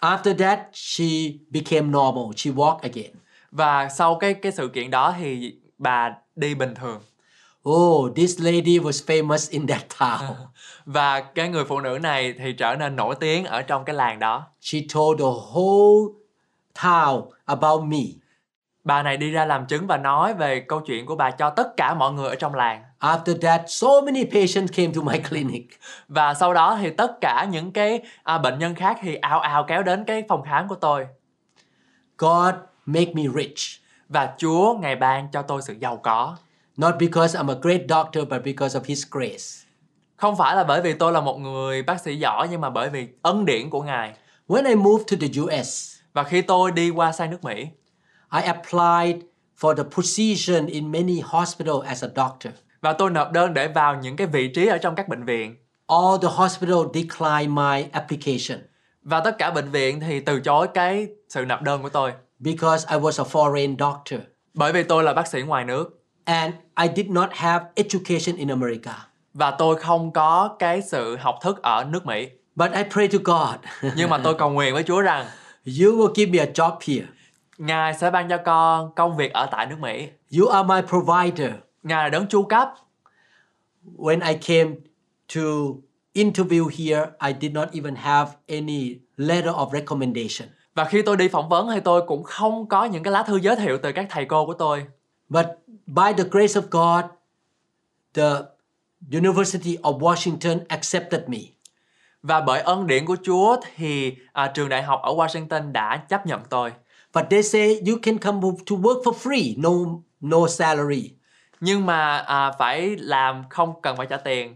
After that, she became normal. She walked again. và sau cái cái sự kiện đó thì bà đi bình thường Oh, this lady was famous in that town. Và cái người phụ nữ này thì trở nên nổi tiếng ở trong cái làng đó. She told the whole town about me. Bà này đi ra làm chứng và nói về câu chuyện của bà cho tất cả mọi người ở trong làng. After that, so many patients came to my clinic. Và sau đó thì tất cả những cái à, bệnh nhân khác thì ào ào kéo đến cái phòng khám của tôi. God make me rich. Và Chúa ngày ban cho tôi sự giàu có. Not because I'm a great doctor, but because of His grace. Không phải là bởi vì tôi là một người bác sĩ giỏi nhưng mà bởi vì ân điển của Ngài. When I moved to the US, Và khi tôi đi qua sang nước Mỹ, I applied for the position in many hospitals as a doctor. và tôi nộp đơn để vào những cái vị trí ở trong các bệnh viện. All the hospital declined my application Và tất cả bệnh viện thì từ chối cái sự nộp đơn của tôi. because I was a foreign doctor Bởi vì tôi là bác sĩ ngoài nước and I did not have education in America. và tôi không có cái sự học thức ở nước Mỹ. But I pray to God, Nhưng mà tôi cầu nguyện với Chúa rằng you will give me a job here. Ngài sẽ ban cho con công việc ở tại nước Mỹ. You are my provider. Ngài là đấng chu cấp. When I came to interview here, I did not even have any letter of recommendation. Và khi tôi đi phỏng vấn thì tôi cũng không có những cái lá thư giới thiệu từ các thầy cô của tôi. But by the grace of God, the University of Washington accepted me. Và bởi ân điển của Chúa thì à, trường đại học ở Washington đã chấp nhận tôi. But they say you can come wo- to work for free, no no salary. Nhưng mà à, phải làm không cần phải trả tiền.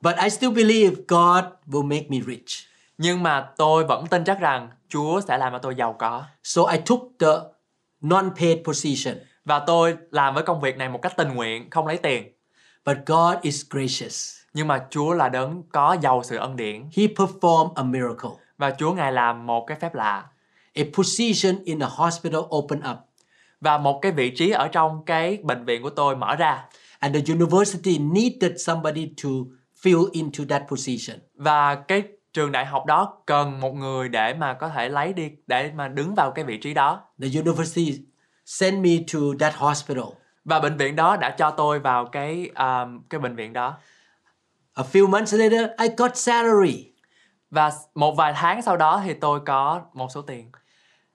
But I still believe God will make me rich. Nhưng mà tôi vẫn tin chắc rằng Chúa sẽ làm cho tôi giàu có. So I took the non-paid position. Và tôi làm với công việc này một cách tình nguyện, không lấy tiền. But God is gracious. Nhưng mà Chúa là đấng có giàu sự ân điển He performed a miracle. và Chúa Ngài làm một cái phép lạ A position in a hospital opened up, và một cái vị trí ở trong cái bệnh viện của tôi mở ra and the university needed somebody to fill into that position. và cái trường đại học đó cần một người để mà có thể lấy đi để mà đứng vào cái vị trí đó The university sent me to that hospital. và bệnh viện đó đã cho tôi vào cái à, cái bệnh viện đó A few months later, I got salary. và một vài tháng sau đó thì tôi có một số tiền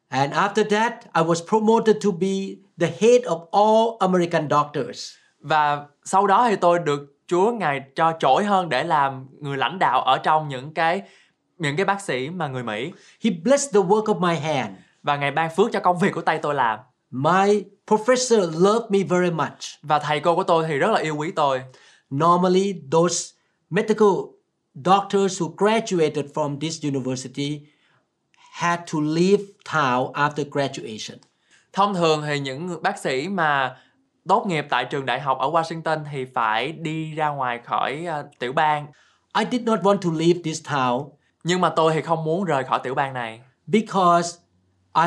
And after that, I was promoted to be the head of all American doctors. và sau đó thì tôi được Chúa ngài cho trỗi hơn để làm người lãnh đạo ở trong những cái những cái bác sĩ mà người Mỹ He blessed the work of my hand. và ngài ban phước cho công việc của tay tôi làm My professor loved me very much. và thầy cô của tôi thì rất là yêu quý tôi Normally, those medical doctors who graduated from this university had to leave town after graduation. thông thường thì những người- bác sĩ mà tốt nghiệp tại trường đại học ở Washington thì phải đi ra ngoài khỏi ờ, tiểu bang I did not want to leave this town nhưng mà tôi thì không muốn rời khỏi tiểu bang này because I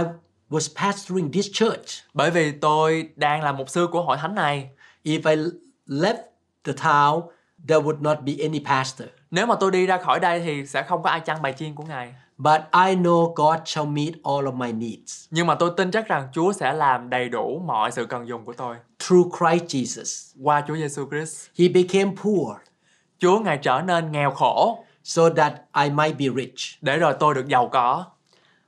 was pastoring this church. bởi vì tôi đang là mục sư của hội thánh này If I left the town, there would not be any pastor. nếu mà tôi đi ra khỏi đây thì sẽ không có ai chăn bài chiên của ngài But I know God shall meet all of my needs nhưng mà tôi tin chắc rằng Chúa sẽ làm đầy đủ mọi sự cần dùng của tôi through Christ Jesus. qua Chúa Giêsu Christ He became poor Chúa ngài trở nên nghèo khổ so that I might be rich. để rồi tôi được giàu có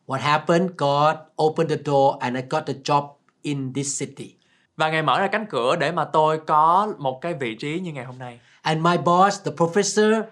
What happened? God opened the door and I got a job in this city. và ngài mở ra cánh cửa để mà tôi có một cái vị trí như ngày hôm nay And my boss, the professor,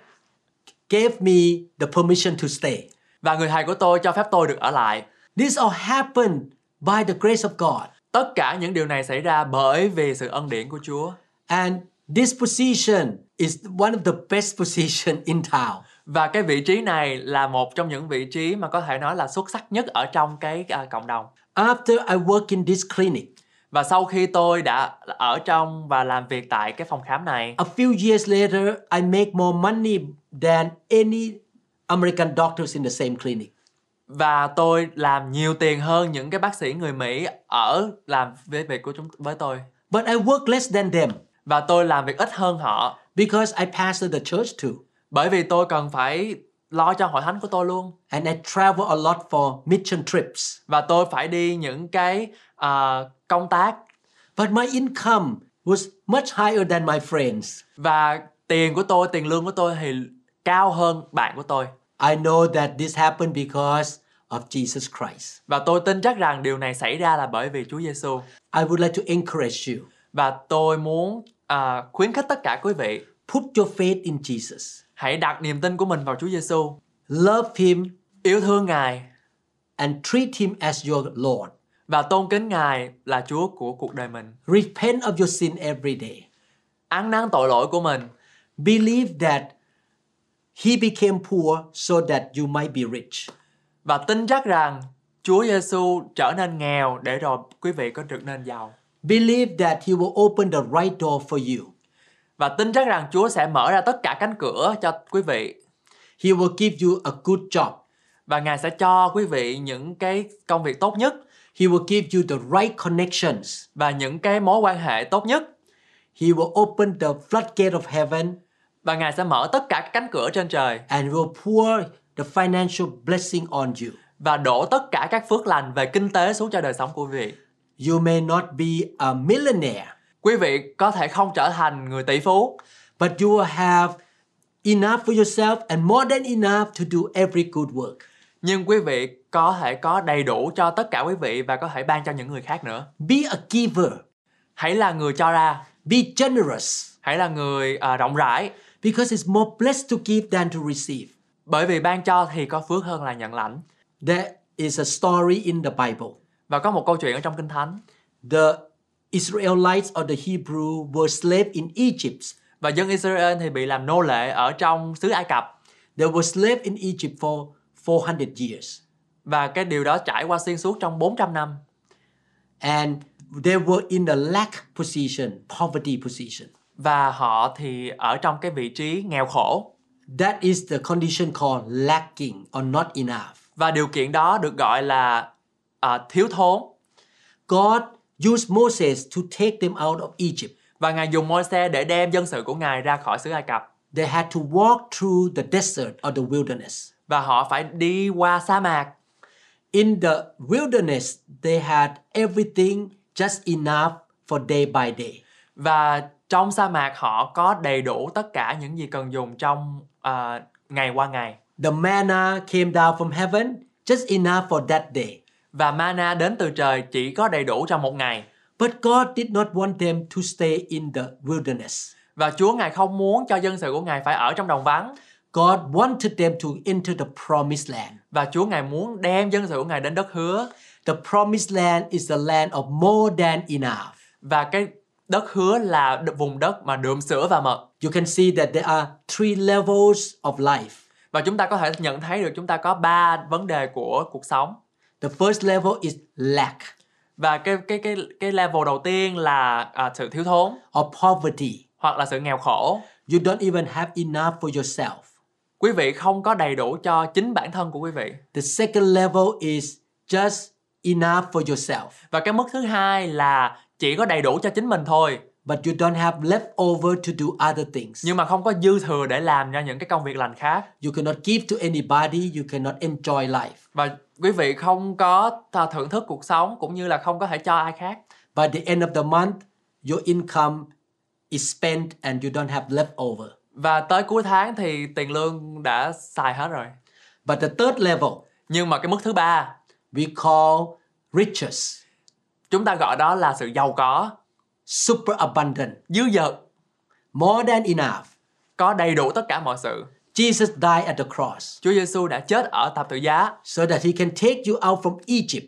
gave me the permission to stay. và người thầy của tôi cho phép tôi được ở lại This all happened by the grace of God. tất cả những điều này xảy ra bởi vì sự ân điển của Chúa And this position is one of the best position in town. và cái vị trí này là một trong những vị trí mà có thể nói là xuất sắc nhất ở trong cái à, cộng đồng After I work in this clinic, và sau khi tôi đã ở trong và làm việc tại cái phòng khám này a few years later, I make more money than any American doctors in the same clinic. và tôi làm nhiều tiền hơn những cái bác sĩ người Mỹ ở làm với việc của chúng với tôi But I work less than them và tôi làm việc ít hơn họ because I pastor the church too. bởi vì tôi cần phải lo cho hội thánh của tôi luôn And I travel a lot for mission trips. và tôi phải đi những cái à, ờ, công tác But my income was much higher than my friends. Và tiền của tôi, tiền lương của tôi thì cao hơn bạn của tôi. I know that this happened because of Jesus Christ. Và tôi tin chắc rằng điều này xảy ra là bởi vì Chúa Giêsu. I would like to encourage you. Và tôi muốn à, khuyến khích tất cả quý vị Put your faith in Jesus. hãy đặt niềm tin của mình vào Chúa Giêsu, Love him yêu thương Ngài and treat him as your Lord. và tôn kính Ngài là Chúa của cuộc đời mình. Repent of your sin every day. Ăn năn tội lỗi của mình Believe that he became poor so that you might be rich. và tin chắc rằng Chúa Giêsu trở nên nghèo để rồi quý vị có được nên giàu. Believe that he will open the right door for you. Và tin chắc rằng Chúa sẽ mở ra tất cả cánh cửa cho quý vị He will give you a good job. và Ngài sẽ cho quý vị những cái công việc tốt nhất He will give you the right connections. và những cái mối quan hệ tốt nhất He will open the floodgate of heaven và Ngài sẽ mở tất cả các cánh cửa trên trời and will pour the financial blessing on you. và đổ tất cả các phước lành về kinh tế xuống cho đời sống của quý vị. You may not be a millionaire, Quý vị có thể không trở thành người tỷ phú, but you will have enough for yourself and more than enough to do every good work. nhưng quý vị có thể có đầy đủ cho tất cả quý vị và có thể ban cho những người khác nữa. Be a giver, Hãy là người cho ra, be generous, hãy là người à, rộng rãi, because it's more blessed to give than to receive. bởi vì ban cho thì có phước hơn là nhận lãnh. There is a story in the Bible. Và có một câu chuyện ở trong Kinh Thánh The Israelites or the Hebrew were slaves in Egypt. và dân Israel thì bị làm nô lệ ở trong xứ Ai Cập They were slaves in Egypt for 400 years. và cái điều đó trải qua xuyên suốt trong 400 năm And they were in the lack position, poverty position. và họ thì ở trong cái vị trí nghèo khổ That is the condition called lacking or not enough. và điều kiện đó được gọi là à, thiếu thốn God used Moses to take them out of Egypt. và Ngài dùng môi xe để đem dân sự của Ngài ra khỏi xứ Ai Cập They had to walk through the desert or the wilderness. và họ phải đi qua sa mạc In the wilderness, they had everything just enough for day by day. và trong sa mạc họ có đầy đủ tất cả những gì cần dùng trong à, ngày qua ngày The manna came down from heaven, just enough for that day. và mana đến từ trời chỉ có đầy đủ trong một ngày But God did not want them to stay in the wilderness. và Chúa Ngài không muốn cho dân sự của Ngài phải ở trong đồng vắng God wanted them to enter the promised land. và Chúa Ngài muốn đem dân sự của Ngài đến đất hứa The promised land is the land of more than enough. và cái đất hứa là đ- vùng đất mà đượm sữa và mật You can see that there are three levels of life. và chúng ta có thể nhận thấy được chúng ta có ba vấn đề của cuộc sống The first level is lack và cái cái cái cái level đầu tiên là à, sự thiếu thốn or poverty. hoặc là sự nghèo khổ You don't even have enough for yourself. quý vị không có đầy đủ cho chính bản thân của quý vị The second level is just enough for yourself, và cái mức thứ hai là chỉ có đầy đủ cho chính mình thôi but you don't have left over to do other things. nhưng mà không có dư thừa để làm cho những cái công việc lành khác You cannot give to anybody, you cannot enjoy life. và quý vị không có th- thưởng thức cuộc sống cũng như là không có thể cho ai khác By the end of the month, your income is spent and you don't have left over. và tới cuối tháng thì tiền lương đã xài hết rồi But the third level, nhưng mà cái mức thứ ba we call riches, chúng ta gọi đó là sự giàu có super abundant, dư dật more than enough. có đầy đủ tất cả mọi sự Jesus died at the cross Chúa Giêsu đã chết ở thập tự giá so that he can take you out from Egypt.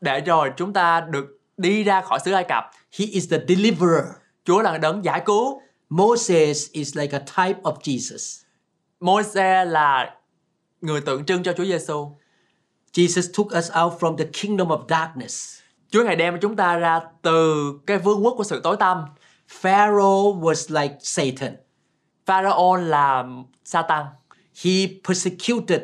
để rồi chúng ta được đi ra khỏi xứ Ai Cập He is the deliverer. Chúa là đấng giải cứu Moses is like a type of Jesus. Môi-se là người tượng trưng cho Chúa Giêsu Jesus took us out from the kingdom of darkness. Chúa ngài đem chúng ta ra từ cái vương quốc của sự tối tăm Pharaoh was like Satan. Pharaoh là Satan He persecuted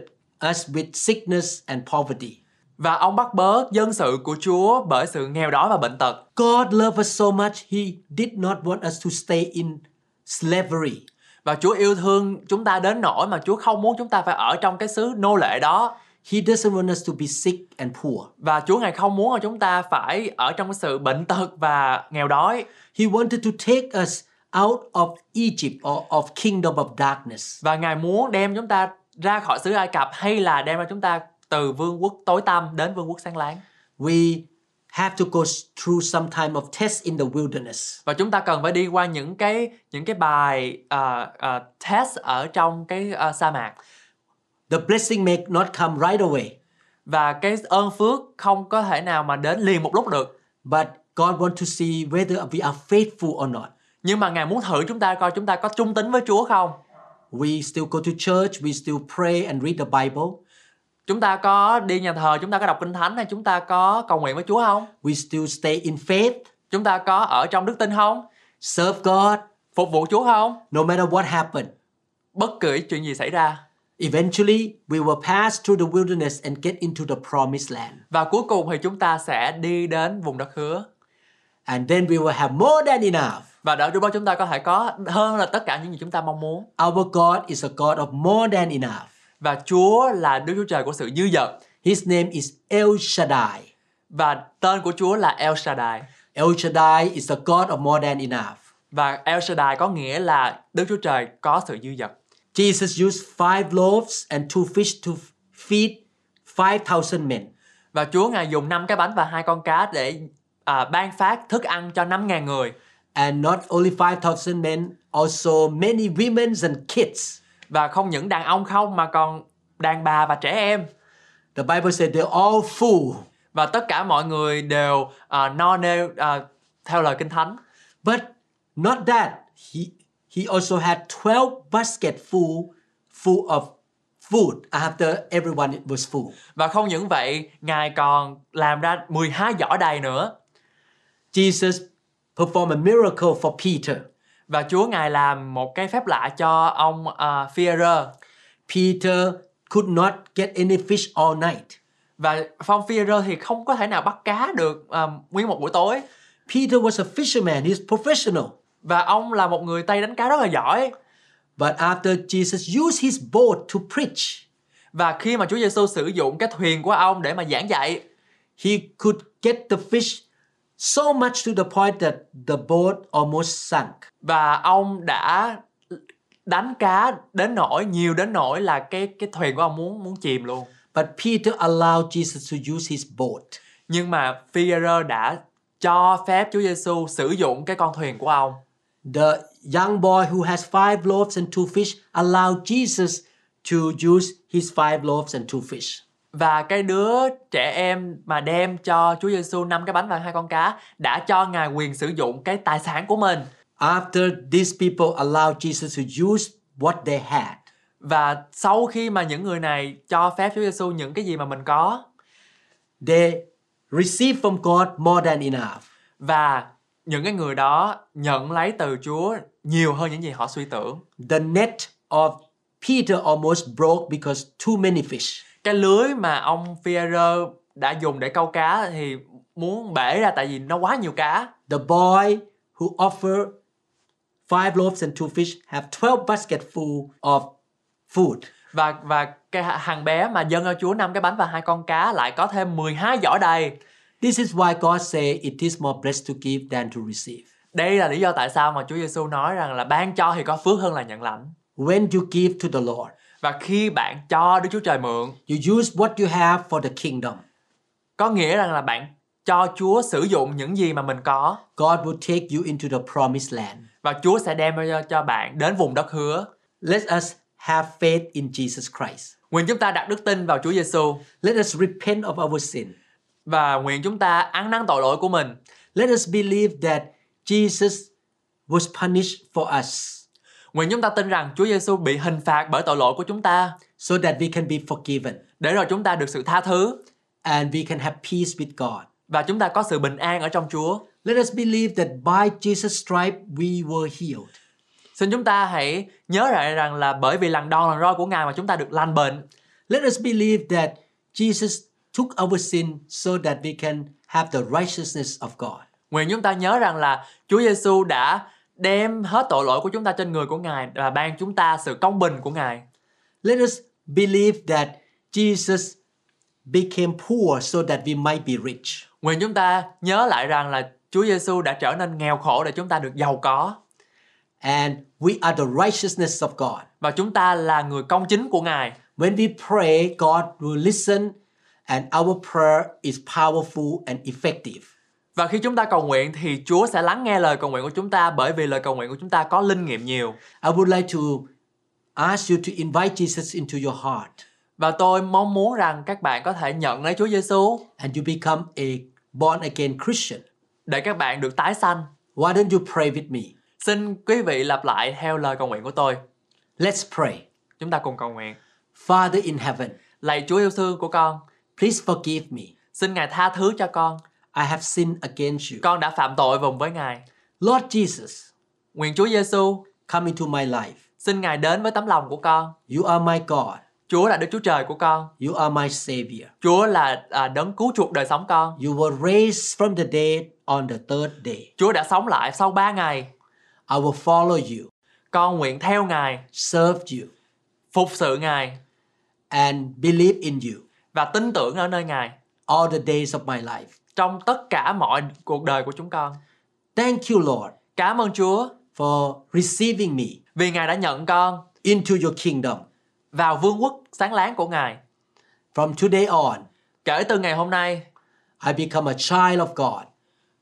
us with sickness and poverty. và ông bắt bớ dân sự của Chúa bởi sự nghèo đói và bệnh tật God loved us so much, he did not want us to stay in slavery. và Chúa yêu thương chúng ta đến nỗi mà Chúa không muốn chúng ta phải ở trong cái xứ nô lệ đó He doesn't want us to be sick and poor. Và Chúa Ngài không muốn là chúng ta phải ở trong cái sự bệnh tật và nghèo đói. He wanted to take us out of Egypt or of kingdom of darkness. Và Ngài muốn đem chúng ta ra khỏi xứ Ai Cập hay là đem ra chúng ta từ vương quốc tối tăm đến vương quốc sáng láng. We have to go s- through some time of test in the wilderness. Và chúng ta cần phải đi qua những cái những cái bài à, à, test ở trong cái à, sa mạc The blessing may not come right away, và cái ơn phước không có thể nào mà đến liền một lúc được. but God wants to see whether we are faithful or not. Nhưng mà Ngài muốn thử chúng ta coi chúng ta có trung tín với Chúa không. We still go to church, we still pray and read the Bible, Chúng ta có đi nhà thờ, chúng ta có đọc kinh thánh hay chúng ta có cầu nguyện với Chúa không? we still stay in faith, Chúng ta có ở trong đức tin không? serve God Phục vụ Chúa không? no matter what happened. Bất kỳ chuyện gì xảy ra. Eventually, we will pass through the wilderness and get into the promised land. Và cuối cùng thì chúng ta sẽ đi đến vùng đất hứa. And then we will have more than enough. Và đó lúc đó chúng ta có thể có hơn là tất cả những gì chúng ta mong muốn. Our God is a God of more than enough. Và Chúa là Đức Chúa Trời của sự dư dật. His name is El Shaddai. Và tên của Chúa là El Shaddai. El Shaddai is the God of more than enough. Và El Shaddai có nghĩa là Đức Chúa Trời có sự dư dật. Jesus used five loaves and two fish to feed 5,000 men. Và Chúa Ngài dùng năm cái bánh và hai con cá để à, ban phát thức ăn cho 5.000 người. And not only 5,000 men, also many women and kids. Và không những đàn ông không mà còn đàn bà và trẻ em. The Bible said they're all full. Và tất cả mọi người đều à, no nê à, theo lời Kinh Thánh. But not that. He, he also had 12 basket full, full of food after everyone was full. Và không những vậy, Ngài còn làm ra 12 giỏ đầy nữa. Jesus performed a miracle for Peter. Và Chúa Ngài làm một cái phép lạ cho ông à, Führer. Peter could not get any fish all night. Và Phong Führer thì không có thể nào bắt cá được à, nguyên một buổi tối. Peter was a fisherman, he's professional. Và ông là một người Tây đánh cá rất là giỏi. But after Jesus used his boat to preach, Và khi mà Chúa Giêsu sử dụng cái thuyền của ông để mà giảng dạy he could get the fish so much to the point that the boat almost sunk. và ông đã đánh cá đến nỗi nhiều đến nỗi là cái cái thuyền của ông muốn muốn chìm luôn. But Peter allowed Jesus to use his boat. Nhưng mà Führer đã cho phép Chúa Giêsu sử dụng cái con thuyền của ông. The young boy who has five loaves and two fish allowed Jesus to use his five loaves and two fish. Và cái đứa trẻ em mà đem cho Chúa Giêsu năm cái bánh và hai con cá đã cho ngài quyền sử dụng cái tài sản của mình. After these people allowed Jesus to use what they had, Và sau khi mà những người này cho phép Chúa Giêsu những cái gì mà mình có they received from God more than enough. và những cái người đó nhận lấy từ Chúa nhiều hơn những gì họ suy tưởng. The net of Peter almost broke because too many fish. Cái lưới mà ông Fierro đã dùng để câu cá thì muốn bể ra tại vì nó quá nhiều cá. The boy who offered five loaves and two fish have 12 basket full of food. và và cái hàng bé mà dâng cho Chúa năm cái bánh và hai con cá lại có thêm 12 giỏ đầy. This is why God say it is more blessed to give than to receive. Đây là lý do tại sao mà Chúa Giêsu nói rằng là ban cho thì có phước hơn là nhận lãnh. When you give to the Lord, Và khi bạn cho Đức Chúa Trời mượn, you use what you have for the kingdom. có nghĩa rằng là bạn cho Chúa sử dụng những gì mà mình có God will take you into the promised land. và Chúa sẽ đem cho, cho bạn đến vùng đất hứa. Let us have faith in Jesus Christ. Nguyện chúng ta đặt đức tin vào Chúa Giêsu Let us repent of our sin. và nguyện chúng ta ăn năn tội lỗi của mình Let us believe that Jesus was punished for us Nguyện chúng ta tin rằng Chúa Giêsu bị hình phạt bởi tội lỗi của chúng ta so that we can be forgiven để rồi chúng ta được sự tha thứ and we can have peace with God. và chúng ta có sự bình an ở trong Chúa. Let us believe that by Jesus' stripe we were healed. Xin chúng ta hãy nhớ lại rằng là bởi vì lần đòn lần roi của Ngài mà chúng ta được lành bệnh Let us believe that Jesus took our sin so that we can have the righteousness of God. Nguyện chúng ta nhớ rằng là Chúa Giêsu đã đem hết tội lỗi của chúng ta trên người của Ngài và ban chúng ta sự công bình của Ngài. Let us believe that Jesus became poor so that we might be rich. Nguyện chúng ta nhớ lại rằng là Chúa Giêsu đã trở nên nghèo khổ để chúng ta được giàu có And we are the righteousness of God. và chúng ta là người công chính của Ngài. When we pray, God will listen, and our prayer is powerful and effective. Và khi chúng ta cầu nguyện thì Chúa sẽ lắng nghe lời cầu nguyện của chúng ta bởi vì lời cầu nguyện của chúng ta có linh nghiệm nhiều. I would like to ask you to invite Jesus into your heart Và tôi mong muốn rằng các bạn có thể nhận lấy Chúa Giêsu and you become a born again Christian. để các bạn được tái sanh. Why don't you pray with me? Xin quý vị lặp lại theo lời cầu nguyện của tôi. Let's pray. Chúng ta cùng cầu nguyện. Father in heaven, Lạy Chúa yêu thương của con, please forgive me. xin Ngài tha thứ cho con. I have sinned against you. Con đã phạm tội vùng với Ngài. Lord Jesus, Nguyện Chúa Giêsu, come into my life. xin Ngài đến với tấm lòng của con. You are my God. Chúa là Đức Chúa Trời của con. You are my Savior. Chúa là à, đấng cứu chuộc đời sống con. You were raised from the dead on the third day. Chúa đã sống lại sau 3 ngày. I will follow you, Con nguyện theo Ngài, serve you, phục sự Ngài and believe in you và tin tưởng ở nơi Ngài all the days of my life. trong tất cả mọi cuộc đời của chúng con. Thank you, Lord, Cảm ơn Chúa for receiving me vì Ngài đã nhận con into your kingdom. vào vương quốc sáng láng của Ngài. From today on, Kể từ ngày hôm nay, I become a child of God.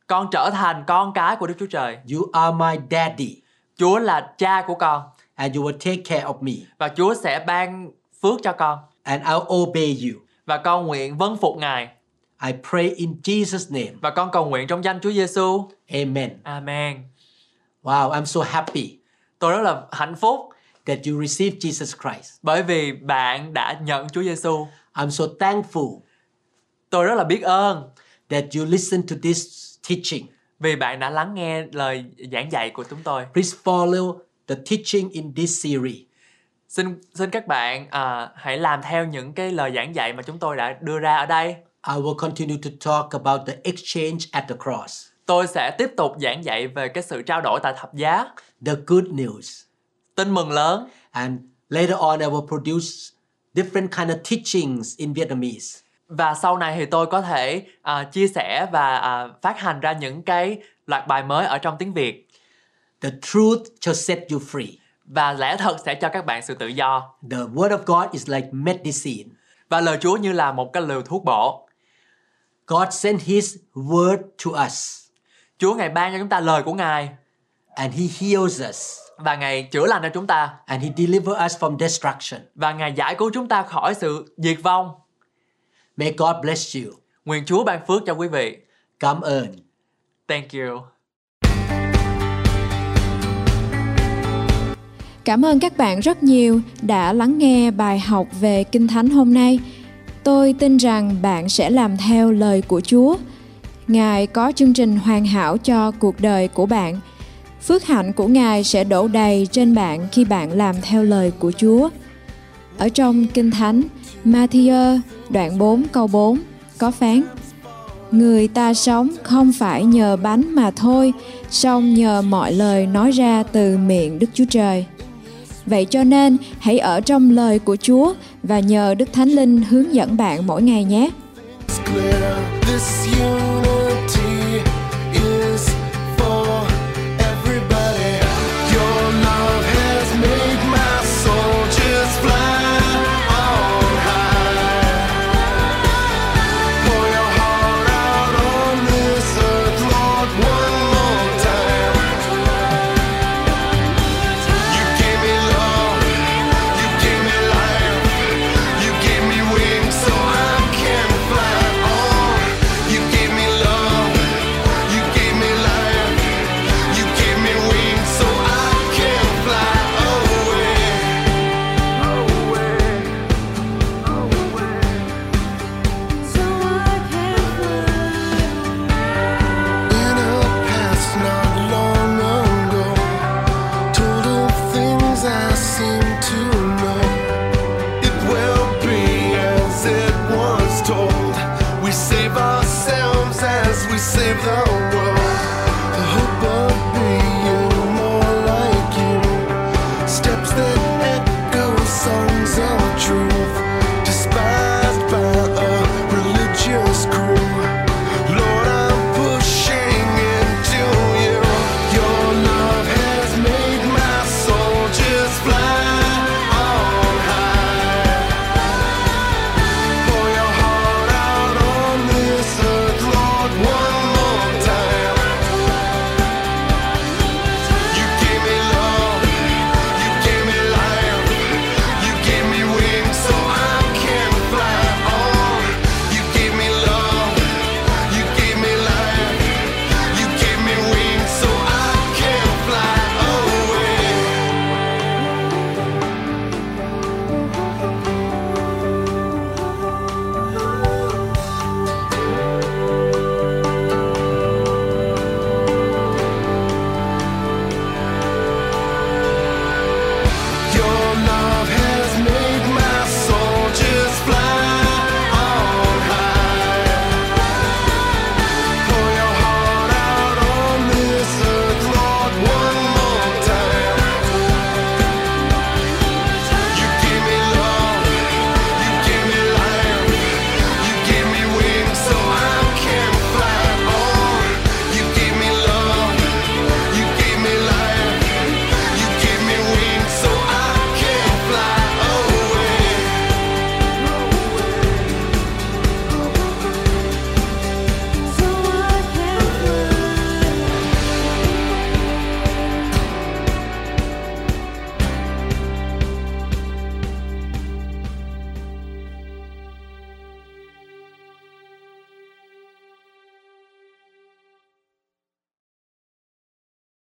con trở thành con cái của Đức Chúa Trời. You are my daddy, Chúa là cha của con and you will take care of me, và Chúa sẽ ban phước cho con and I'll obey you. và con nguyện vâng phục Ngài I pray in Jesus' name. và con cầu nguyện trong danh Chúa Giêsu. Amen. Amen. Wow, I'm so happy Tôi rất là hạnh phúc that you received Jesus Christ. bởi vì bạn đã nhận Chúa Giêsu. I'm so thankful Tôi rất là biết ơn that you listen to this teaching. vì bạn đã lắng nghe lời giảng dạy của chúng tôi. Please follow the teaching in this series. Xin xin các bạn à, hãy làm theo những cái lời giảng dạy mà chúng tôi đã đưa ra ở đây. I will continue to talk about the exchange at the cross, Tôi sẽ tiếp tục giảng dạy về cái sự trao đổi tại thập giá, the good news. tin mừng lớn And later on I will produce different kind of teachings in Vietnamese. và sau này thì tôi có thể à, chia sẻ và à, phát hành ra những cái loạt bài mới ở trong tiếng Việt The truth shall set you free. và lẽ thật sẽ cho các bạn sự tự do The word of God is like medicine. và lời Chúa như là một cái liều thuốc bổ. God sent his word to us Chúa ngài ban cho chúng ta lời của ngài and he heals us và ngài chữa lành cho chúng ta and he delivers us from destruction. và ngài giải cứu chúng ta khỏi sự diệt vong. May God bless you. Nguyện Chúa ban phước cho quý vị. Cảm ơn. Thank you. Cảm ơn các bạn rất nhiều đã lắng nghe bài học về Kinh Thánh hôm nay. Tôi tin rằng bạn sẽ làm theo lời của Chúa. Ngài có chương trình hoàn hảo cho cuộc đời của bạn. Phước hạnh của Ngài sẽ đổ đầy trên bạn khi bạn làm theo lời của Chúa. Ở trong Kinh Thánh, Matthew đoạn 4 câu 4 có phán Người ta sống không phải nhờ bánh mà thôi, song nhờ mọi lời nói ra từ miệng Đức Chúa Trời. Vậy cho nên, hãy ở trong lời của Chúa và nhờ Đức Thánh Linh hướng dẫn bạn mỗi ngày nhé. It's clear this unity is for everybody. Your love has made my soul just fly on high. Pour your heart out on this earth, Lord, one more time. You gave me love, you gave me life. You gave me wings so I can fly on. You gave me love. You gave me life. You gave me wings so I can fly away. Away. In a past not long ago, told of things I seem to know. It will be as it was told. We save ourselves as we save the world.